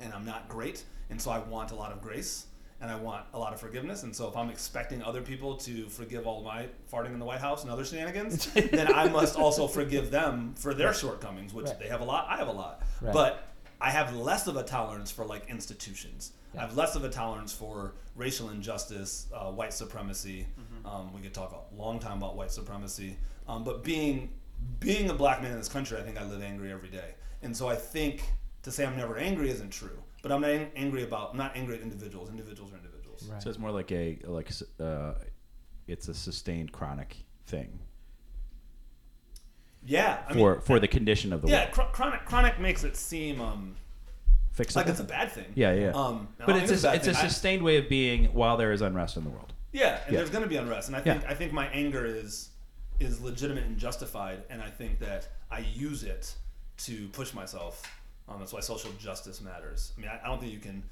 Speaker 2: and I'm not great, and so I want a lot of grace and I want a lot of forgiveness. And so if I'm expecting other people to forgive all my farting in the White House and other shenanigans, then I must also forgive them for their shortcomings, which
Speaker 3: Right.
Speaker 2: they have a lot, I have a lot.
Speaker 3: Right.
Speaker 2: But I have less of a tolerance for like institutions. I have less of a tolerance for racial injustice, uh, white supremacy.
Speaker 4: Mm-hmm.
Speaker 2: Um, we could talk a long time about white supremacy, um, but being being a black man in this country, I think I live angry every day. And so I think to say I'm never angry isn't true. But I'm not ang- angry about. I'm not angry at individuals. Individuals are individuals.
Speaker 3: Right.
Speaker 4: So it's more like a like uh, it's a sustained chronic thing
Speaker 2: Yeah. I
Speaker 4: for
Speaker 2: mean,
Speaker 4: for the condition of the
Speaker 2: yeah.
Speaker 4: world.
Speaker 2: Chro- chronic chronic makes it seem um,
Speaker 4: Fix
Speaker 2: like
Speaker 4: it.
Speaker 2: it's a bad thing.
Speaker 4: yeah, yeah.
Speaker 2: Um,
Speaker 4: but it's
Speaker 2: a,
Speaker 4: a, it's a
Speaker 2: thing. I-
Speaker 4: sustained way of being while there is unrest in the world.
Speaker 2: Yeah, and
Speaker 4: Yeah.
Speaker 2: there's going to be unrest, and I think I think my anger is is legitimate and justified, and I think that I use it to push myself. Um, that's why social justice matters. I mean, I, I don't think you can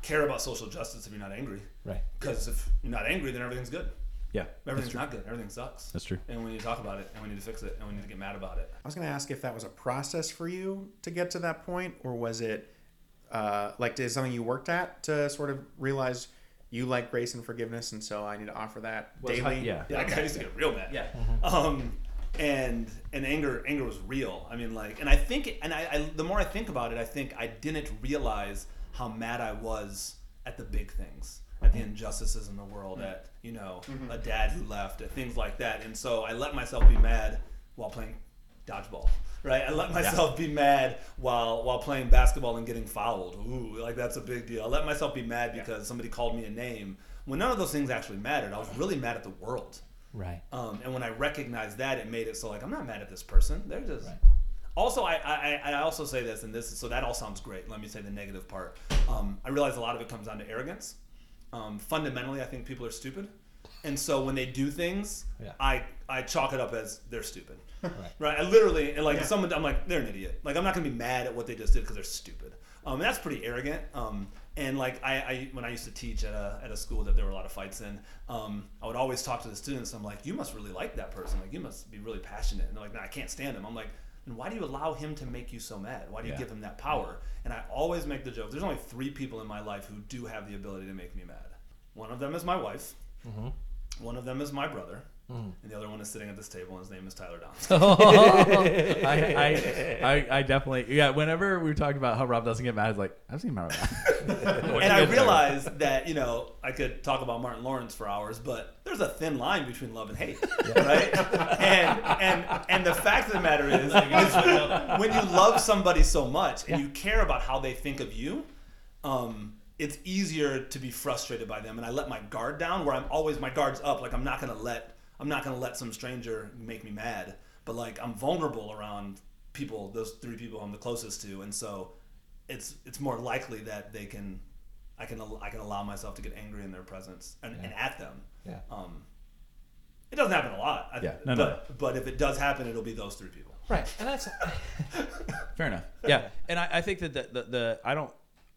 Speaker 2: care about social justice if you're not angry,
Speaker 3: Right.
Speaker 2: because if you're not angry, then everything's good.
Speaker 4: Yeah,
Speaker 2: Everything's not good. Everything sucks.
Speaker 4: That's true.
Speaker 2: And we need to talk about it, and we need to fix it, and we need to get mad about it.
Speaker 1: I was going to ask if that was a process for you to get to that point, or was it uh, like is something you worked at to sort of realize you like grace and forgiveness, and so I need to offer that
Speaker 4: it's
Speaker 1: daily?
Speaker 4: hard- yeah.
Speaker 2: Yeah, I used to get real mad.
Speaker 4: Yeah.
Speaker 2: Um, and and anger anger was real. I mean, like, and I think, and I, I the more I think about it, I think I didn't realize how mad I was at the big things, at the injustices in the world, at you know a dad who left, at things like that. And so I let myself be mad while playing dodgeball. Right, I let myself be mad while while playing basketball and getting fouled. Ooh, like that's a big deal. I let myself be mad because somebody called me a name when none of those things actually mattered. I was really mad at the world.
Speaker 3: Right.
Speaker 2: Um, and when I recognized that, it made it so like I'm not mad at this person. They're just. Also, I, I I also say this, and this so that all sounds great. Let me say the negative part. Um, I realize a lot of it comes down to arrogance. Um, fundamentally, I think people are stupid, and so when they do things,
Speaker 3: Yeah.
Speaker 2: I I chalk it up as they're stupid. Right. I literally and like someone I'm like they're an idiot. Like I'm not gonna be mad at what they just did because they're stupid. Um, and that's pretty arrogant. Um, and like I, I when I used to teach at a at a school that there were a lot of fights in, um, I would always talk to the students. I'm like, you must really like that person. Like you must be really passionate. And they're like, no, I can't stand him. I'm like. then why do you allow him to make you so mad? Why do you
Speaker 4: Yeah.
Speaker 2: give him that power? And I always make the joke. There's only three people in my life who do have the ability to make me mad. One of them is my wife. One of them is my brother, and the other one is sitting at this table, and his name is Tyler Downs.
Speaker 4: I, I, I, I definitely yeah. Whenever we were talking about how Rob doesn't get mad, it's like I've seen Rob.
Speaker 2: and I realized that, you know, I could talk about Martin Lawrence for hours, but there's a thin line between love and hate, right? and, and, and the fact of the matter is, is when you love somebody so much and you care about how they think of you, um, it's easier to be frustrated by them. And I let my guard down where I'm always, my guard's up. Like I'm not going to let, I'm not going to let some stranger make me mad, but like I'm vulnerable around people, those three people I'm the closest to. And so it's, it's more likely that they can I can al- I can allow myself to get angry in their presence and, and at them.
Speaker 3: Yeah.
Speaker 2: Um, it doesn't happen a lot. I,
Speaker 4: Yeah. No, no,
Speaker 2: but, but if it does happen, it'll be those three people.
Speaker 3: Right. And that's
Speaker 4: Fair enough. Yeah, and I, I think that the, the the I don't.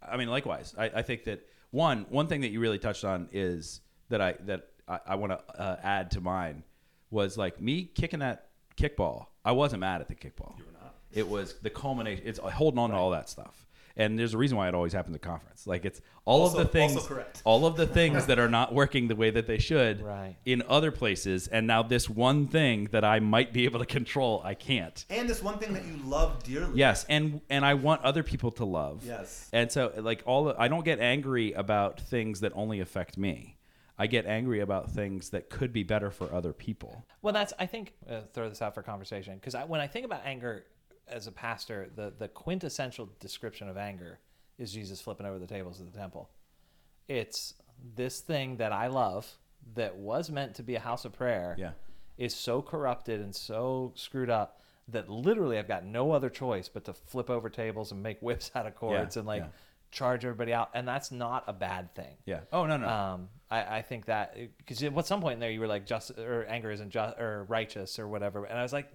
Speaker 4: I mean, likewise, I, I think that one one thing that you really touched on is that I that I, I want to uh, add to mine was like me kicking that kickball. I wasn't mad at the kickball. You
Speaker 2: were not.
Speaker 4: It was the culmination. It's holding on to all that stuff. And there's a reason why it always happens at conference. Like it's all
Speaker 2: Also-
Speaker 4: of the things,
Speaker 2: also correct.
Speaker 4: all of the things that are not working the way that they should
Speaker 3: Right.
Speaker 4: in other places, and now this one thing that I might be able to control, I can't.
Speaker 2: And this one thing that you love dearly.
Speaker 4: Yes, and and I want other people to love.
Speaker 2: Yes.
Speaker 4: And so like all I don't get angry about things that only affect me. I get angry about things that could be better for other people.
Speaker 3: Well, that's I think uh, throw this out for conversation because I, when I think about anger as a pastor, the the quintessential description of anger is Jesus flipping over the tables of the temple. It's this thing that I love that was meant to be a house of prayer.
Speaker 4: Yeah.
Speaker 3: Is so corrupted and so screwed up that literally I've got no other choice but to flip over tables and make whips out of cords and like
Speaker 4: yeah.
Speaker 3: charge everybody out. And that's not a bad thing.
Speaker 4: Yeah. Oh no no.
Speaker 3: Um, I, I think that because at some point in there you were like just or anger isn't just or righteous or whatever, and I was like,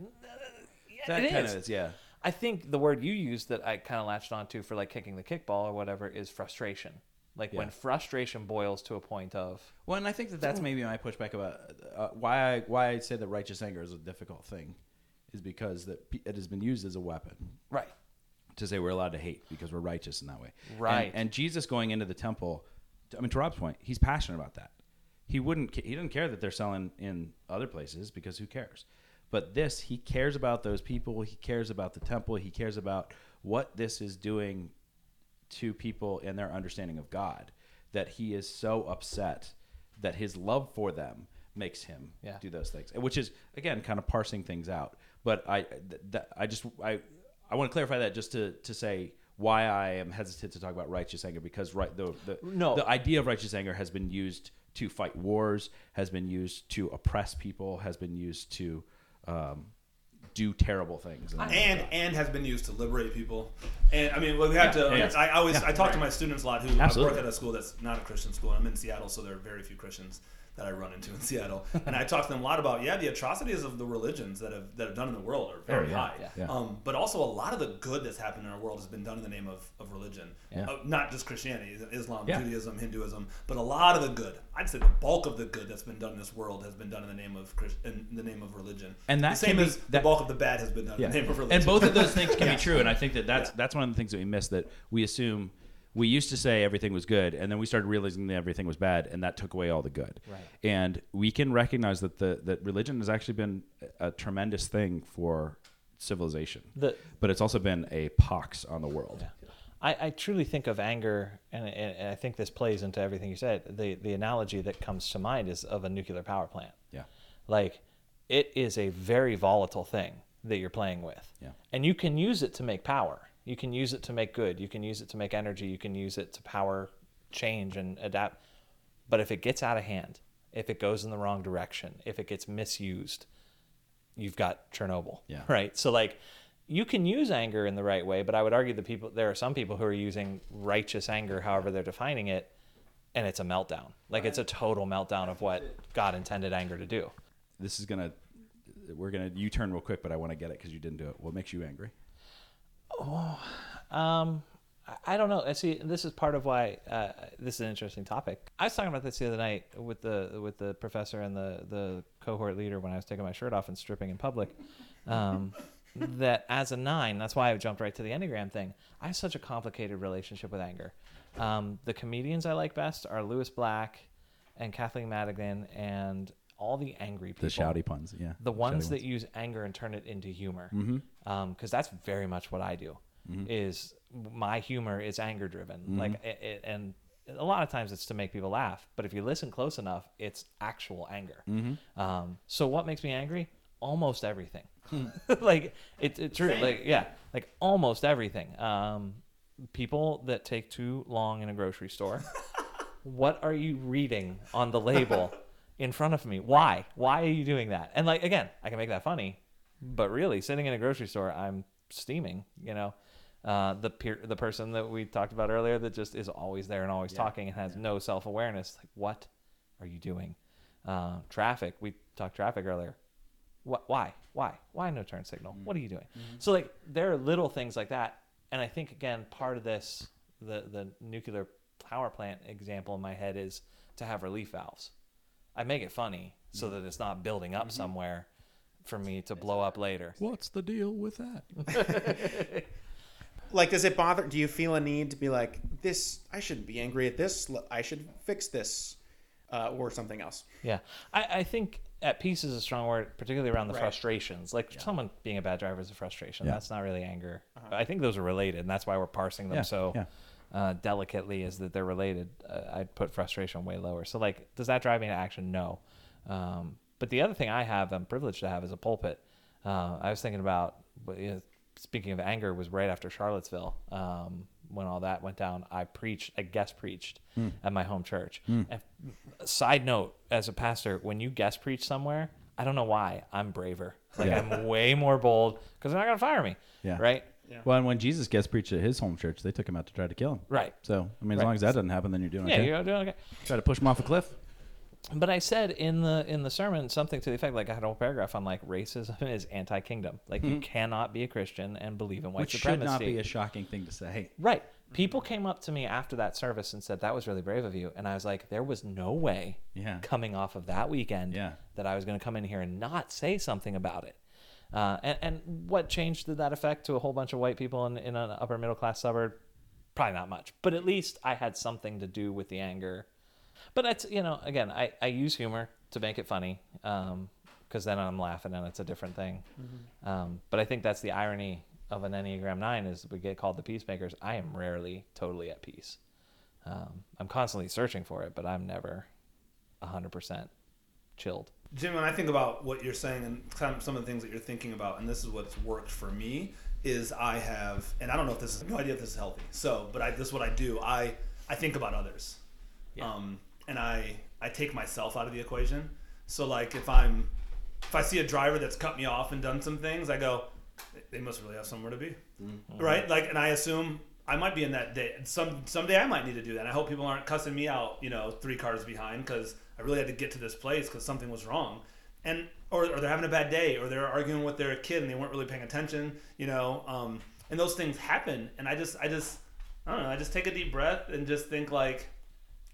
Speaker 3: yeah,
Speaker 4: that
Speaker 3: it
Speaker 4: kind
Speaker 3: is.
Speaker 4: of is yeah.
Speaker 3: I think the word you used that I kind of latched onto for like kicking the kickball or whatever is frustration. Like when
Speaker 4: Yeah.
Speaker 3: frustration boils to a point of
Speaker 4: Well, and I think that that's maybe my pushback about uh, why I, why I say that righteous anger is a difficult thing, is because that pe- it has been used as a weapon
Speaker 3: right,
Speaker 4: to say we're allowed to hate because we're righteous in that way. And-
Speaker 3: Right.
Speaker 4: And, Jesus going into the temple, I mean, to Rob's point, he's passionate about that. He wouldn't. ca- He didn't care that they're selling in other places because who cares? But this, he cares about those people. He cares about the temple. He cares about what this is doing to people and their understanding of God. That he is so upset that his love for them makes him
Speaker 3: Yeah.
Speaker 4: do those things, which is again kind of parsing things out. But I, th- th- I just I, I want to clarify that just to to say why I am hesitant to talk about righteous anger because right the the,
Speaker 3: No.
Speaker 4: the idea of righteous anger has been used to fight wars, has been used to oppress people, has been used to um, do terrible things. the name of
Speaker 2: and
Speaker 4: God.
Speaker 2: and has been used to liberate people. And I mean, we have to.
Speaker 4: yeah.
Speaker 2: I always I talk to my students a lot who I work
Speaker 4: Absolutely.
Speaker 2: at a school that's not a Christian school. I'm in Seattle, so there are very few Christians that I run into in Seattle. and I talk to them a lot about yeah, the atrocities of the religions that have that have done in the world are very
Speaker 4: Oh, yeah,
Speaker 2: high.
Speaker 4: yeah, yeah.
Speaker 2: Um, but also a lot of the good that's happened in our world has been done in the name of of religion,
Speaker 4: Yeah.
Speaker 2: Uh, not just Christianity, Islam,
Speaker 4: Yeah.
Speaker 2: Judaism, Hinduism, but a lot of the good. I'd say the bulk of the good that's been done in this world has been done in the name of Christ- in the name of religion.
Speaker 4: And that
Speaker 2: the same
Speaker 4: can be-
Speaker 2: as the
Speaker 4: that-
Speaker 2: bulk of the bad has been done in the name of religion.
Speaker 4: And both of those things can be true. And I think that that's that's one of the things that we miss that we assume we used to say everything was good, and then we started realizing that everything was bad, and that took away all the good.
Speaker 3: Right.
Speaker 4: And we can recognize that the that religion has actually been a tremendous thing for civilization,
Speaker 3: The-
Speaker 4: but it's also been a pox on the world.
Speaker 3: I, I truly think of anger, and, and, and I think this plays into everything you said. The the analogy that comes to mind is of a nuclear power plant.
Speaker 4: Yeah.
Speaker 3: like it is a very volatile thing that you're playing with.
Speaker 4: Yeah.
Speaker 3: and you can use it to make power. You can use it to make good. You can use it to make energy. You can use it to power change and adapt. But if it gets out of hand, if it goes in the wrong direction, if it gets misused, you've got Chernobyl.
Speaker 4: Yeah.
Speaker 3: Right. So like you can use anger in the right way, but I would argue the people there are some people who are using righteous anger, however they're defining it, and it's a meltdown. Like it's a total meltdown of what God intended anger to do.
Speaker 4: This is gonna we're gonna U turn real quick, but I want to get it because you didn't do it. What makes you angry?
Speaker 3: Um, I- I don't know. I see. This is part of why uh, this is an interesting topic. I was talking about this the other night with the with the professor and the the cohort leader when I was taking my shirt off and stripping in public. Um, that as a nine, that's why I jumped right to the enneagram thing. I have such a complicated relationship with anger. Um, the comedians I like best are Lewis Black and Kathleen Madigan and all the angry people
Speaker 4: The shouty puns. Yeah.
Speaker 3: the ones Mm-hmm. that use anger and turn it into humor because that's very much what i do is my humor is anger driven like it, it, and a lot of times it's to make people laugh but if you listen close enough it's actual anger um, so what makes me angry almost everything like it, it's true like yeah like almost everything um, people that take too long in a grocery store what are you reading on the label in front of me? Why? Why are you doing that? And like again, I can make that funny, but really, sitting in a grocery store, I'm steaming. You know, uh, the peer, the person that we talked about earlier that just is always there and always talking and has no self awareness. Like, what are you doing? Uh, traffic. We talked traffic earlier. What? Why? Why? Why no turn signal?
Speaker 4: Mm-hmm.
Speaker 3: What are you doing? So like, there are little things like that, and I think again, part of this, the the nuclear power plant example in my head is to have relief valves. I make it funny so
Speaker 4: Mm-hmm.
Speaker 3: that it's not building up somewhere for me to blow up later.
Speaker 4: What's the deal with that?
Speaker 1: like does it bother do you feel a need to be like this i shouldn't be angry at this L- i should fix this uh, or something else
Speaker 3: Yeah. I, I think at peace is a strong word, particularly around the
Speaker 1: Right.
Speaker 3: frustrations. Like someone being a bad driver is a frustration.
Speaker 4: Yeah. Uh-huh.
Speaker 3: That's not really anger. I think those are related, and that's why we're parsing them
Speaker 4: Yeah,
Speaker 3: so
Speaker 4: yeah.
Speaker 3: uh, delicately is that they're related. Uh, I'd put frustration way lower. So, like, does that drive me to action? No. Um, but the other thing I have, I'm privileged to have, is a pulpit. Uh, I was thinking about, but, you know, speaking of anger, was right after Charlottesville um, when all that went down. I preached, I guest preached
Speaker 4: Hmm.
Speaker 3: at my home church. And side note, as a pastor, when you guest preach somewhere, I don't know why I'm braver. Like
Speaker 4: Yeah.
Speaker 3: I'm way more bold because they're not gonna fire me.
Speaker 4: Yeah.
Speaker 3: Right.
Speaker 4: Well, and when Jesus guest preached at his home church, they took him out to try to kill him.
Speaker 3: Right.
Speaker 4: So, I mean, as
Speaker 3: Right.
Speaker 4: long as that doesn't happen, then you're doing
Speaker 3: Yeah,
Speaker 4: okay.
Speaker 3: you're doing okay.
Speaker 4: Try to push him off a cliff.
Speaker 3: but I said in the in the sermon something to the effect like I had a whole paragraph on like racism is anti-kingdom. Like you cannot be a Christian and believe in white
Speaker 4: Mm-hmm. Which should
Speaker 3: supremacy.
Speaker 4: not be a shocking thing to say.
Speaker 3: right. People came up to me after that service and said, That was really brave of you. And I was like, There was no way
Speaker 4: Yeah.
Speaker 3: coming off of that weekend
Speaker 4: Yeah.
Speaker 3: that I was going to come in here and not say something about it. Uh, and, and what change did that affect to a whole bunch of white people in, in an upper middle class suburb? Probably not much. But at least I had something to do with the anger. But it's, you know, again, I, I use humor to make it funny because then I'm laughing and it's a different thing. Um, but I think that's the irony of an Enneagram 9 is we get called the peacemakers. I am rarely totally at peace. Um, I'm constantly searching for it, but I'm never 100% chilled.
Speaker 2: Jim, when I think about what you're saying and kind of some of the things that you're thinking about, and this is what's worked for me, is I have, and I don't know if this is, no idea if this is healthy. So, but I, this is what I do. I, I think about others. Um, and I, I take myself out of the equation. So, like, if I'm, if I see a driver that's cut me off and done some things, I go, they must really have somewhere to be. Right? Like, and I assume I might be in that day. Some someday I might need to do that. And I hope people aren't cussing me out, you know, three cars behind because I really had to get to this place because something was wrong, and or, or they're having a bad day, or they're arguing with their kid and they weren't really paying attention, you know. Um, and those things happen, and I just, I just, I don't know. I just take a deep breath and just think like,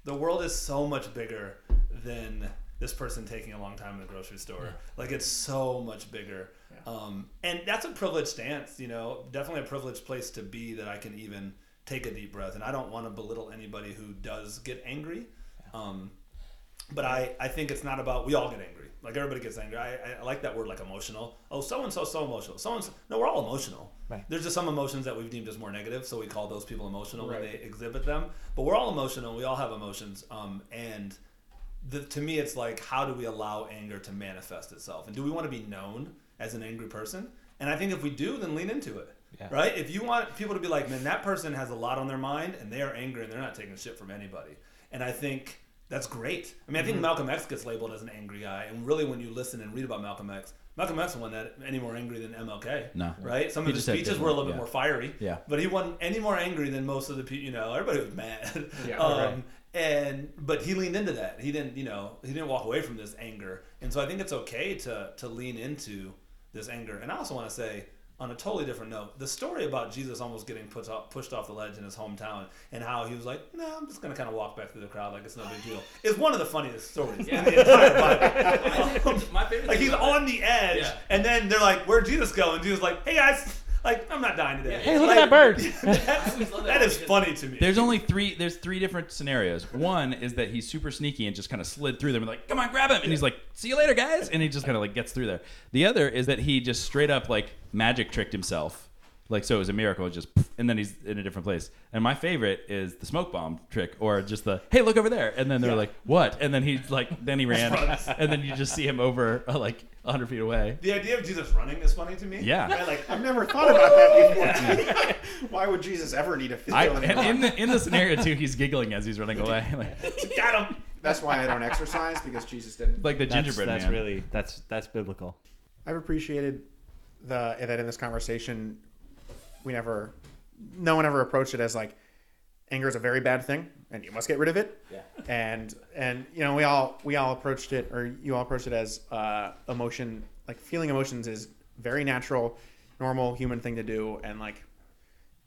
Speaker 2: the world is so much bigger than this person taking a long time in the grocery store. Like it's so much bigger. Um, and that's a privileged stance, you know, definitely a privileged place to be that I can even take a deep breath. And I don't want to belittle anybody who does get angry. Um, but I, I think it's not about we all get angry. Like everybody gets angry. I, I- I like that word like emotional. Oh, so and so so emotional. So and so. No, we're all emotional.
Speaker 3: Right.
Speaker 2: There's just some emotions that we've deemed as more negative, so we call those people emotional when they exhibit them. But we're all emotional. We all have emotions. Um, and the, to me, it's like how do we allow anger to manifest itself, and do we want to be known as an angry person? And I think if we do, then lean into it.
Speaker 3: Yeah.
Speaker 2: Right? If you want people to be like, man, that person has a lot on their mind and they are angry and they're not taking shit from anybody. And I think that's great. I mean,
Speaker 4: Mm-hmm.
Speaker 2: I think Malcolm X gets labeled as an angry guy. And really, when you listen and read about Malcolm X, Malcolm X wasn't that any more angry than MLK.
Speaker 4: No.
Speaker 2: Right? Some
Speaker 4: He
Speaker 2: of his
Speaker 4: just had
Speaker 2: speeches were a little bit
Speaker 4: different-
Speaker 2: more fiery.
Speaker 4: Yeah.
Speaker 2: But he wasn't any more angry than most of the people, you know, everybody was mad.
Speaker 3: Yeah,
Speaker 2: um,
Speaker 3: right.
Speaker 2: And but he leaned into that. He didn't, you know, he didn't walk away from this anger. And so I think it's okay to to lean into this anger. And I also want to say, on a totally different note, the story about Jesus almost getting put off, pushed off the ledge in his hometown and how he was like, "No, I'm just gonna kind of walk back through the crowd like it's no big deal," is one of the funniest stories in the entire Bible.
Speaker 4: My favorite
Speaker 2: like
Speaker 4: thing
Speaker 2: he's
Speaker 4: about that-
Speaker 2: on the edge,
Speaker 4: Yeah.
Speaker 2: and then they're like, "Where'd Jesus go?" And Jesus is like, "Hey guys, like I'm not dying today."
Speaker 4: Yeah,
Speaker 3: Hey, look
Speaker 2: Like,
Speaker 3: at that bird.
Speaker 2: That's,
Speaker 4: always love that
Speaker 2: that
Speaker 4: when
Speaker 2: is
Speaker 4: he does-
Speaker 2: funny to me.
Speaker 4: There's only three. There's three different scenarios. One is that he's super sneaky and just kind of slid through them and like, come on, grab him, and he's like, see you later, guys, and he just kind of like gets through there. The other is that he just straight up like magic tricked himself, like so it was a miracle, just poof, and then he's in a different place. And my favorite is the smoke bomb trick, or just the hey, look over there, and then they're like, what? And then he's like, then he ran,
Speaker 2: Runs.
Speaker 4: and then you just see him over uh, like 100 feet away.
Speaker 2: the idea of Jesus running is funny to me.
Speaker 4: Yeah.
Speaker 2: Right, like
Speaker 1: I've never thought about that before. Why would Jesus ever need a
Speaker 4: I,
Speaker 1: physical?
Speaker 4: and in the in the scenario too, he's giggling as he's running away, like,
Speaker 2: got him.
Speaker 1: That's why I don't exercise because Jesus didn't.
Speaker 4: like the
Speaker 3: That's,
Speaker 4: gingerbread
Speaker 3: that's
Speaker 4: man.
Speaker 3: really that's that's biblical.
Speaker 1: I've appreciated the that in this conversation, we never, no one ever approached it as like, anger is a very bad thing and you must get rid of it. Yeah. And and you know we all we all approached it or you all approached it as uh, emotion like feeling emotions is very natural, normal human thing to do and like,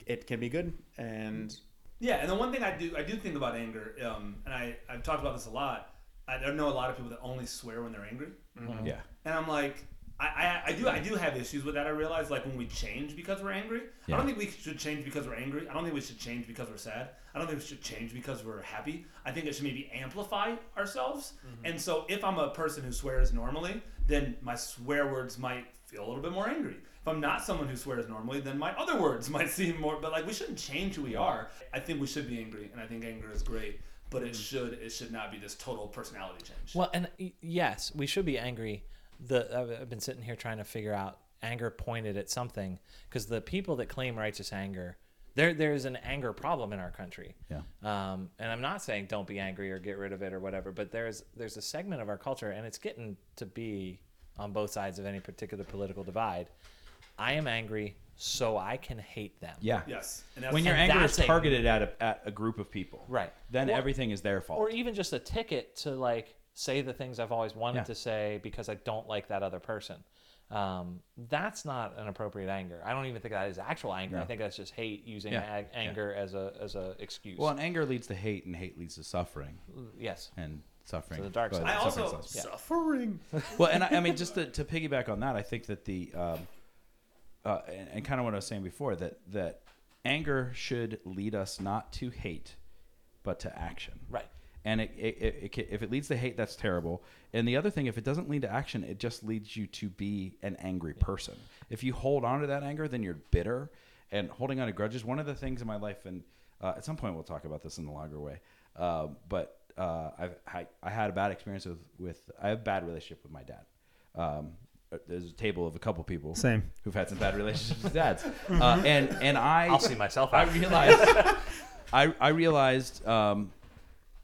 Speaker 1: it can be good and
Speaker 2: Yeah, and the one thing I do I do think about anger, um, and I I've talked about this a lot. I don't know a lot of people that only swear when they're angry,
Speaker 4: yeah.
Speaker 2: and I'm like. I, I, I do I do have issues with that. I realize like when we change because we're angry. I
Speaker 4: Yeah.
Speaker 2: don't think we should change because we're angry. I don't think we should change because we're sad. I don't think we should change because we're happy. I think it should maybe amplify ourselves. And so if I'm a person who swears normally, then my swear words might feel a little bit more angry. If I'm not someone who swears normally, then my other words might seem more. But like we shouldn't change who we are. I think we should be angry, and I think anger is great. But it should it should not be this total personality change.
Speaker 3: Well, and y- yes, we should be angry. The I've- I've been sitting here trying to figure out anger pointed at something because the people that claim righteous anger, there there is an anger problem in our country.
Speaker 4: Yeah.
Speaker 3: Um, and I'm not saying don't be angry or get rid of it or whatever, but there's there's a segment of our culture, and it's getting to be on both sides of any particular political divide. I am angry so I can hate them.
Speaker 4: Yeah.
Speaker 2: yes, and that's
Speaker 4: when your
Speaker 3: And
Speaker 4: anger is
Speaker 3: that's a-
Speaker 4: targeted at a, at a group of people,
Speaker 3: Right.
Speaker 4: Then
Speaker 3: Or-
Speaker 4: everything is their fault.
Speaker 3: or even just a ticket to like say the things I've always wanted
Speaker 4: Yeah.
Speaker 3: to say because I don't like that other person. um, that's not an appropriate anger. I don't even think that is actual anger. I think that's just hate using
Speaker 4: Yeah,
Speaker 3: ag-
Speaker 4: yeah.
Speaker 3: anger as a as a excuse.
Speaker 4: Well, and anger leads to hate, and hate leads to suffering,
Speaker 3: yes.
Speaker 4: and suffering.
Speaker 3: So the dark
Speaker 4: but
Speaker 3: side.
Speaker 2: I
Speaker 4: suffering
Speaker 2: also
Speaker 4: sucks.
Speaker 2: suffering.
Speaker 4: well, and I, I mean, just to, to piggyback on that, I think that the um, uh, and, and kind of what I was saying before that that anger should lead us not to hate, but to action.
Speaker 3: Right.
Speaker 4: And it, it, it, it, ca- if it leads to hate, that's terrible. And the other thing, if it doesn't lead to action, it just leads you to be an angry person. If you hold on to that anger, then you're bitter. And holding on to grudges, one of the things in my life, and uh, at some point we'll talk about this in the longer way, uh, but uh, I've, I, I had a bad experience with, with I have a bad relationship with my dad. Um, uh, there's a table of a couple people
Speaker 2: Same.
Speaker 4: who've had some bad relationships with dads, uh, and and I
Speaker 3: I'll see myself
Speaker 4: I
Speaker 3: out.
Speaker 4: realized I, I realized um,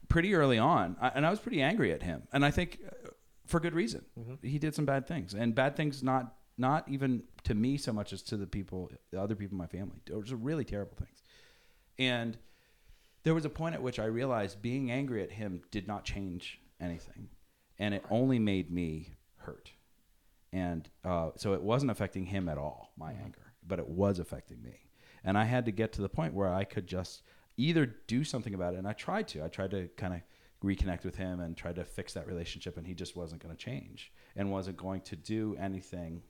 Speaker 4: pretty early on, I, and I was pretty angry at him, and I think uh, for good reason. He did some bad things, and bad things not not even to me so much as to the people, the other people in my family. It was really terrible things, and there was a point at which I realized being angry at him did not change anything, and it only made me hurt. And uh, so it wasn't affecting him at all, my anger, but it was affecting me. And I had to get to the point where I could just either do something about it, and I tried to. I tried to kind of reconnect with him and tried to fix that relationship, and he just wasn't going to change and wasn't going to do anything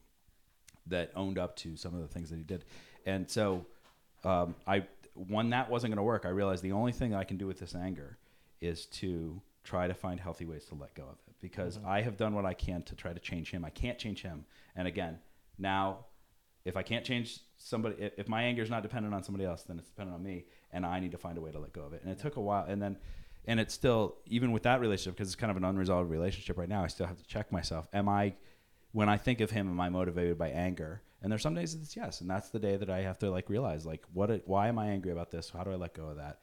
Speaker 4: that owned up to some of the things that he did. And so, um, I when that wasn't going to work, I realized the only thing I can do with this anger is to try to find healthy ways to let go of it because I have done what I can to try to change him. I can't change him. And again, now if I can't change somebody, if, if my anger is not dependent on somebody else, then it's dependent on me, and I need to find a way to let go of it. And it took a while, and then, and it's still even with that relationship because it's kind of an unresolved relationship right now. I still have to check myself. Am I, when I think of him, am I motivated by anger? And there's some days that it's yes, and that's the day that I have to like realize like what, it- why am I angry about this? How do I let go of that?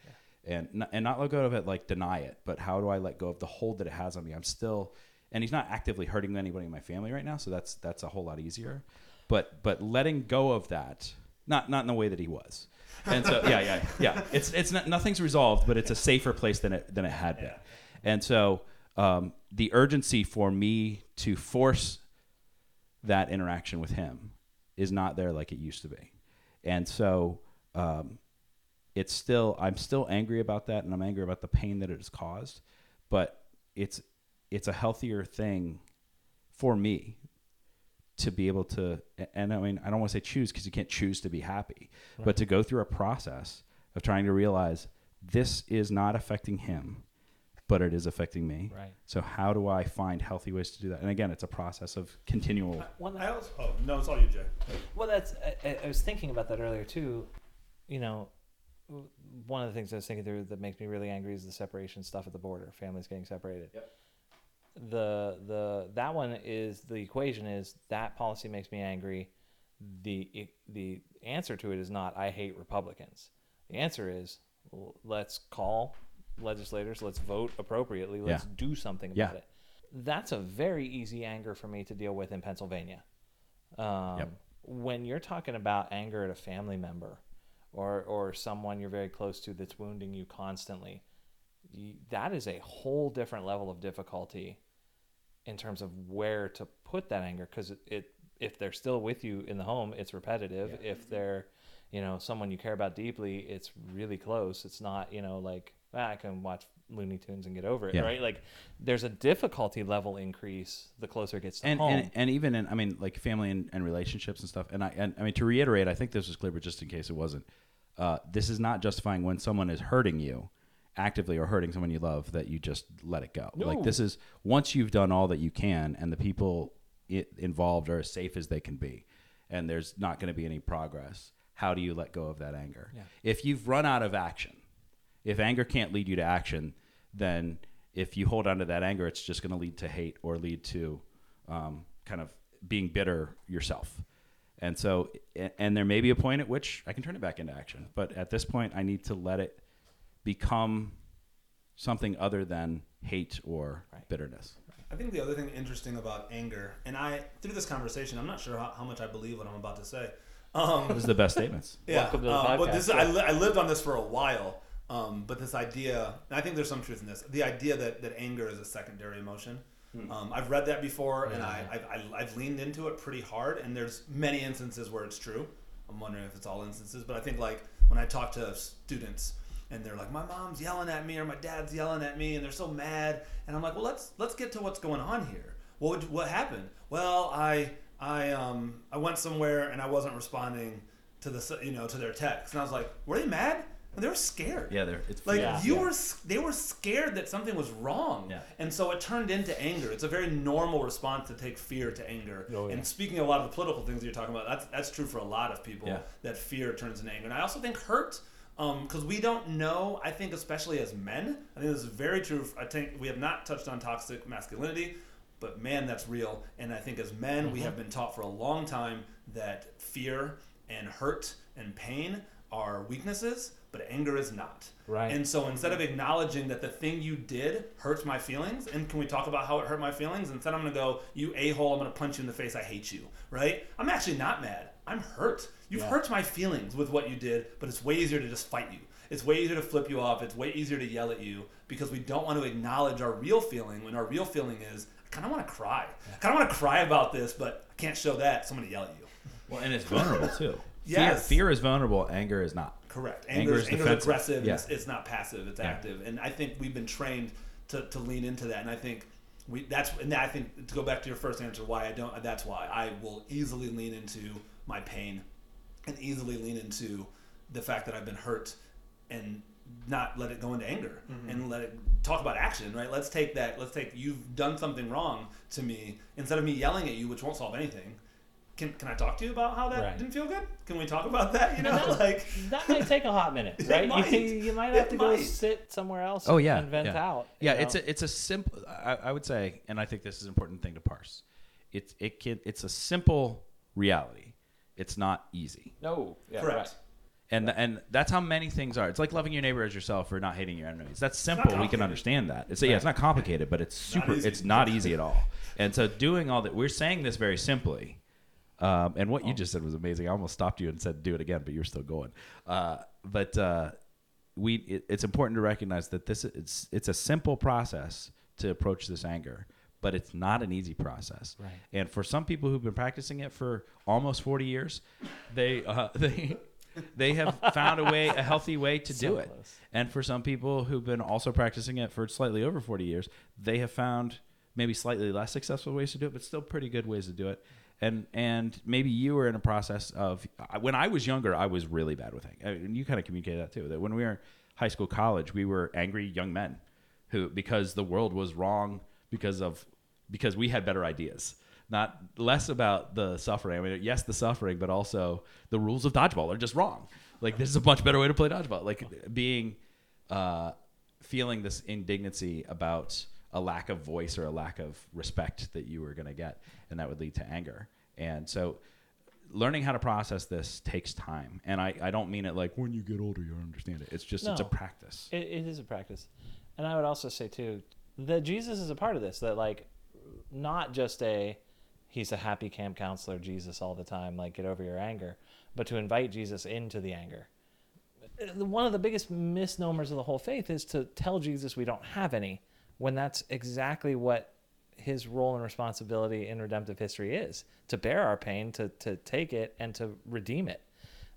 Speaker 4: And n- and not let go of it like deny it, but how do I let go of the hold that it has on me? I'm still. And he's not actively hurting anybody in my family right now, so that's that's a whole lot easier but but letting go of that not not in the way that he was and so yeah yeah yeah it's it's not, nothing's resolved but it's a safer place than it than it had been and so um, the urgency for me to force that interaction with him is not there like it used to be and so um, it's still i'm still angry about that and i'm angry about the pain that it has caused but it's it's a healthier thing for me to be able to and i mean i don't want to say choose because you can't choose to be happy but to go through a process of trying to realize this is not affecting him but it is affecting me
Speaker 3: Right.
Speaker 4: so how do i find healthy ways to do that and again it's a process of continual
Speaker 3: One
Speaker 2: I also. Oh no, it's all you, Jay.
Speaker 3: Well, that's. I- I, I was thinking about that earlier too. You know, w- one of the things I was thinking through that makes me really angry is the separation stuff at the border. Families getting separated. Yep. The the that one is the equation is that policy makes me angry. The the answer to it is not I hate Republicans. The answer is l- let's call legislators. Let's vote appropriately. Let's
Speaker 4: Yeah.
Speaker 3: do something
Speaker 4: Yeah.
Speaker 3: about it. That's a very easy anger for me to deal with in Pennsylvania. Um,
Speaker 4: Yep.
Speaker 3: When you're talking about anger at a family member or, or someone you're very close to that's wounding you constantly, y that is a whole different level of difficulty in terms of where to put that anger because it, it if they're still with you in the home it's repetitive
Speaker 5: Mm-hmm.
Speaker 3: if they're you know someone you care about deeply it's really close it's not you know like "Ah, i can watch looney tunes and get over it
Speaker 4: Yeah.
Speaker 3: right like there's a difficulty level increase the closer it gets to
Speaker 4: and,
Speaker 3: home
Speaker 4: and and even in I mean like family and, and relationships and stuff. And I and I mean to reiterate, I think this was clear, but just in case it wasn't, uh, this is not justifying when someone is hurting you actively or hurting someone you love that you just let it go. Like this is once you've done all that you can, and the people i involved are as safe as they can be, and there's not going to be any progress. How do you let go of that anger? If you've run out of action, if anger can't lead you to action, then if you hold on to that anger, it's just going to lead to hate or lead to um, kind of being bitter yourself. And so, a- and there may be a point at which I can turn it back into action. But at this point, I need to let it become something other than hate or bitterness.
Speaker 2: I think the other thing interesting about anger, and I through this conversation, I'm not sure how, how much I believe what I'm about to say. Um,
Speaker 4: Those are the best statements.
Speaker 2: yeah,
Speaker 3: Welcome to the
Speaker 2: um, but this
Speaker 3: podcast,
Speaker 2: I, li- I lived on this for a while. Um, but this idea, and I think there's some truth in this, the idea that, that anger is a secondary emotion.
Speaker 3: Hmm.
Speaker 2: Um, I've read that before, and I, I've, I- I've leaned into it pretty hard. And there's many instances where it's true. I'm wondering if it's all instances, but I think like when I talk to students and they're like, my mom's yelling at me or my dad's yelling at me, and they're so mad, and I'm like, well, let's let's get to what's going on here. What would, what happened? Well, I I um I went somewhere and I wasn't responding to the s- you know to their text, and I was like, were they mad? They were scared.
Speaker 4: Yeah, they're it's
Speaker 2: Like
Speaker 4: yeah.
Speaker 2: you were, s- they were scared that something was wrong,
Speaker 4: Yeah.
Speaker 2: and so it turned into anger. It's a very normal response to take fear to anger.
Speaker 5: Oh, yeah.
Speaker 2: And speaking of a lot of the political things that you're talking about, that's that's true for a lot of people
Speaker 4: Yeah.
Speaker 2: that fear turns into anger. And I also think hurt, because we don't know. I think especially as men, I think this is very true. I think we have not touched on toxic masculinity, but man, that's real. And I think as men,
Speaker 4: Mm-hmm.
Speaker 2: we have been taught for a long time that fear and hurt and pain are weaknesses, but anger is not.
Speaker 5: Right.
Speaker 2: And so instead of acknowledging that the thing you did hurts my feelings, and can we talk about how it hurt my feelings? Instead, I'm gonna go, you a hole, I'm gonna punch you in the face, I hate you, right? I'm actually not mad. I'm hurt. You've hurt my feelings with what you did, but it's way easier to just fight you. It's way easier to flip you off. It's way easier to yell at you because we don't want to acknowledge our real feeling when our real feeling is, I kind of want to cry. I kind of want to cry about this, but I can't show that, so I'm gonna yell at you.
Speaker 4: well, and it's vulnerable too.
Speaker 2: Yes.
Speaker 4: fear, fear is vulnerable. Anger is not.
Speaker 2: Correct.
Speaker 4: Anger
Speaker 2: Anger, is,
Speaker 4: is
Speaker 2: anger
Speaker 4: defensive.
Speaker 2: is aggressive.
Speaker 4: Yeah.
Speaker 2: It's, it's not passive. It's active. And I think we've been trained to, to lean into that. And I think we that's and I think to go back to your first answer, why I don't. That's why I will easily lean into my pain, and easily lean into the fact that I've been hurt, and not let it go into anger
Speaker 4: Mm-hmm.
Speaker 2: and let it talk about action right let's take that let's take you've done something wrong to me instead of me yelling at you which won't solve anything can, can i talk to you about how that
Speaker 5: Right.
Speaker 2: didn't feel good can we talk about that you know
Speaker 5: that-
Speaker 2: like
Speaker 5: That might take a hot minute, right?
Speaker 2: might.
Speaker 5: You, you might
Speaker 2: It
Speaker 5: have to go
Speaker 2: might.
Speaker 5: sit somewhere else.
Speaker 4: Oh yeah,
Speaker 5: and vent
Speaker 4: yeah.
Speaker 5: out.
Speaker 4: Yeah,
Speaker 5: you know?
Speaker 4: it's a it's a simple. I, I would say, and I think this is an important thing to parse. It's it can it's a simple reality. It's not easy,
Speaker 5: no. Yeah,
Speaker 2: Correct.
Speaker 5: right.
Speaker 4: and and that's how many things are. It's like loving your neighbor as yourself or not hating your enemies. That's simple. We can
Speaker 2: complicated.
Speaker 4: understand that. It's yeah, it's not complicated, but it's
Speaker 2: Not
Speaker 4: super.
Speaker 2: easy.
Speaker 4: it's not easy at all. And so doing all that, we're saying this very simply. Um, and what you just said was amazing. I almost stopped you and said do it again, but you're still going. Uh, but uh, we it, it's important to recognize that this is it's, it's a simple process to approach this anger but it's not an easy process right and for some people who've been practicing it for almost 40 years they uh, they they have found a way a healthy way to do it
Speaker 5: close.
Speaker 4: and for some people who've been also practicing it for slightly over 40 years they have found maybe slightly less successful ways to do it but still pretty good ways to do it and and maybe you were in a process of I- when I was younger, I was really bad with anger. And you kind of communicated that too. That when we were in high school, college, we were angry young men who because the world was wrong because of because we had better ideas. Not less about the suffering. I mean, yes, the suffering, but also the rules of dodgeball are just wrong. Like this is a much better way to play dodgeball. Like being uh, feeling this indignancy about a lack of voice or a lack of respect that you were going to get, and that would lead to anger. And so, learning how to process this takes time. And I, I don't mean it like when you get older you'll understand it. It's just it's a
Speaker 5: No.
Speaker 4: practice.
Speaker 5: It, it is a practice, and I would also say too that Jesus is a part of this. That like, not just a he's a happy camp counselor Jesus all the time. Like get over your anger, but to invite Jesus into the anger. Uh, One of the biggest misnomers of the whole faith is to tell Jesus we don't have any, when that's exactly what his role and responsibility in redemptive history is to bear our pain, to to take it, and to redeem it.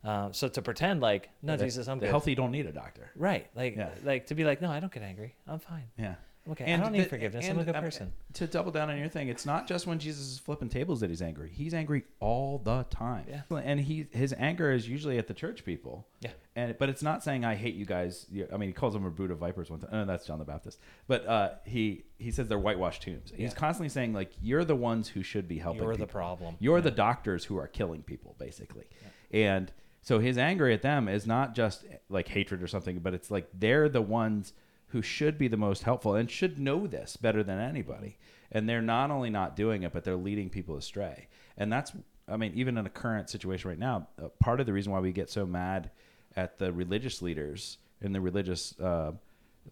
Speaker 5: Um, so to pretend like no Jesus, I'm
Speaker 4: the
Speaker 5: good.
Speaker 4: healthy don't need a doctor.
Speaker 5: Right. Like
Speaker 4: Yeah.
Speaker 5: like to be like, no, I don't get angry. I'm fine.
Speaker 4: Yeah.
Speaker 5: Okay, I don't need forgiveness. I'm a good
Speaker 4: mean,
Speaker 5: person.
Speaker 4: to double down on your thing, it's not just when Jesus is flipping tables that he's angry. He's angry all the time.
Speaker 5: Yeah.
Speaker 4: And he his anger is usually at the church people.
Speaker 5: Yeah.
Speaker 4: And but it's not saying I hate you guys. You- I mean, he calls them a brood of vipers one time. No, that's John the Baptist. But uh, he he says they're whitewashed tombs. He's constantly saying like you're the ones who should be helping.
Speaker 5: You're the
Speaker 4: people.
Speaker 5: problem.
Speaker 4: You're the doctors who are killing people basically. And so his anger at them is not just like hatred or something, but it's like they're the ones who should be the most helpful and should know this better than anybody. And they're not only not doing it, but they're leading people astray. And that's, I mean, even in a current situation right now, uh, part of the reason why we get so mad at the religious leaders and the religious, uh,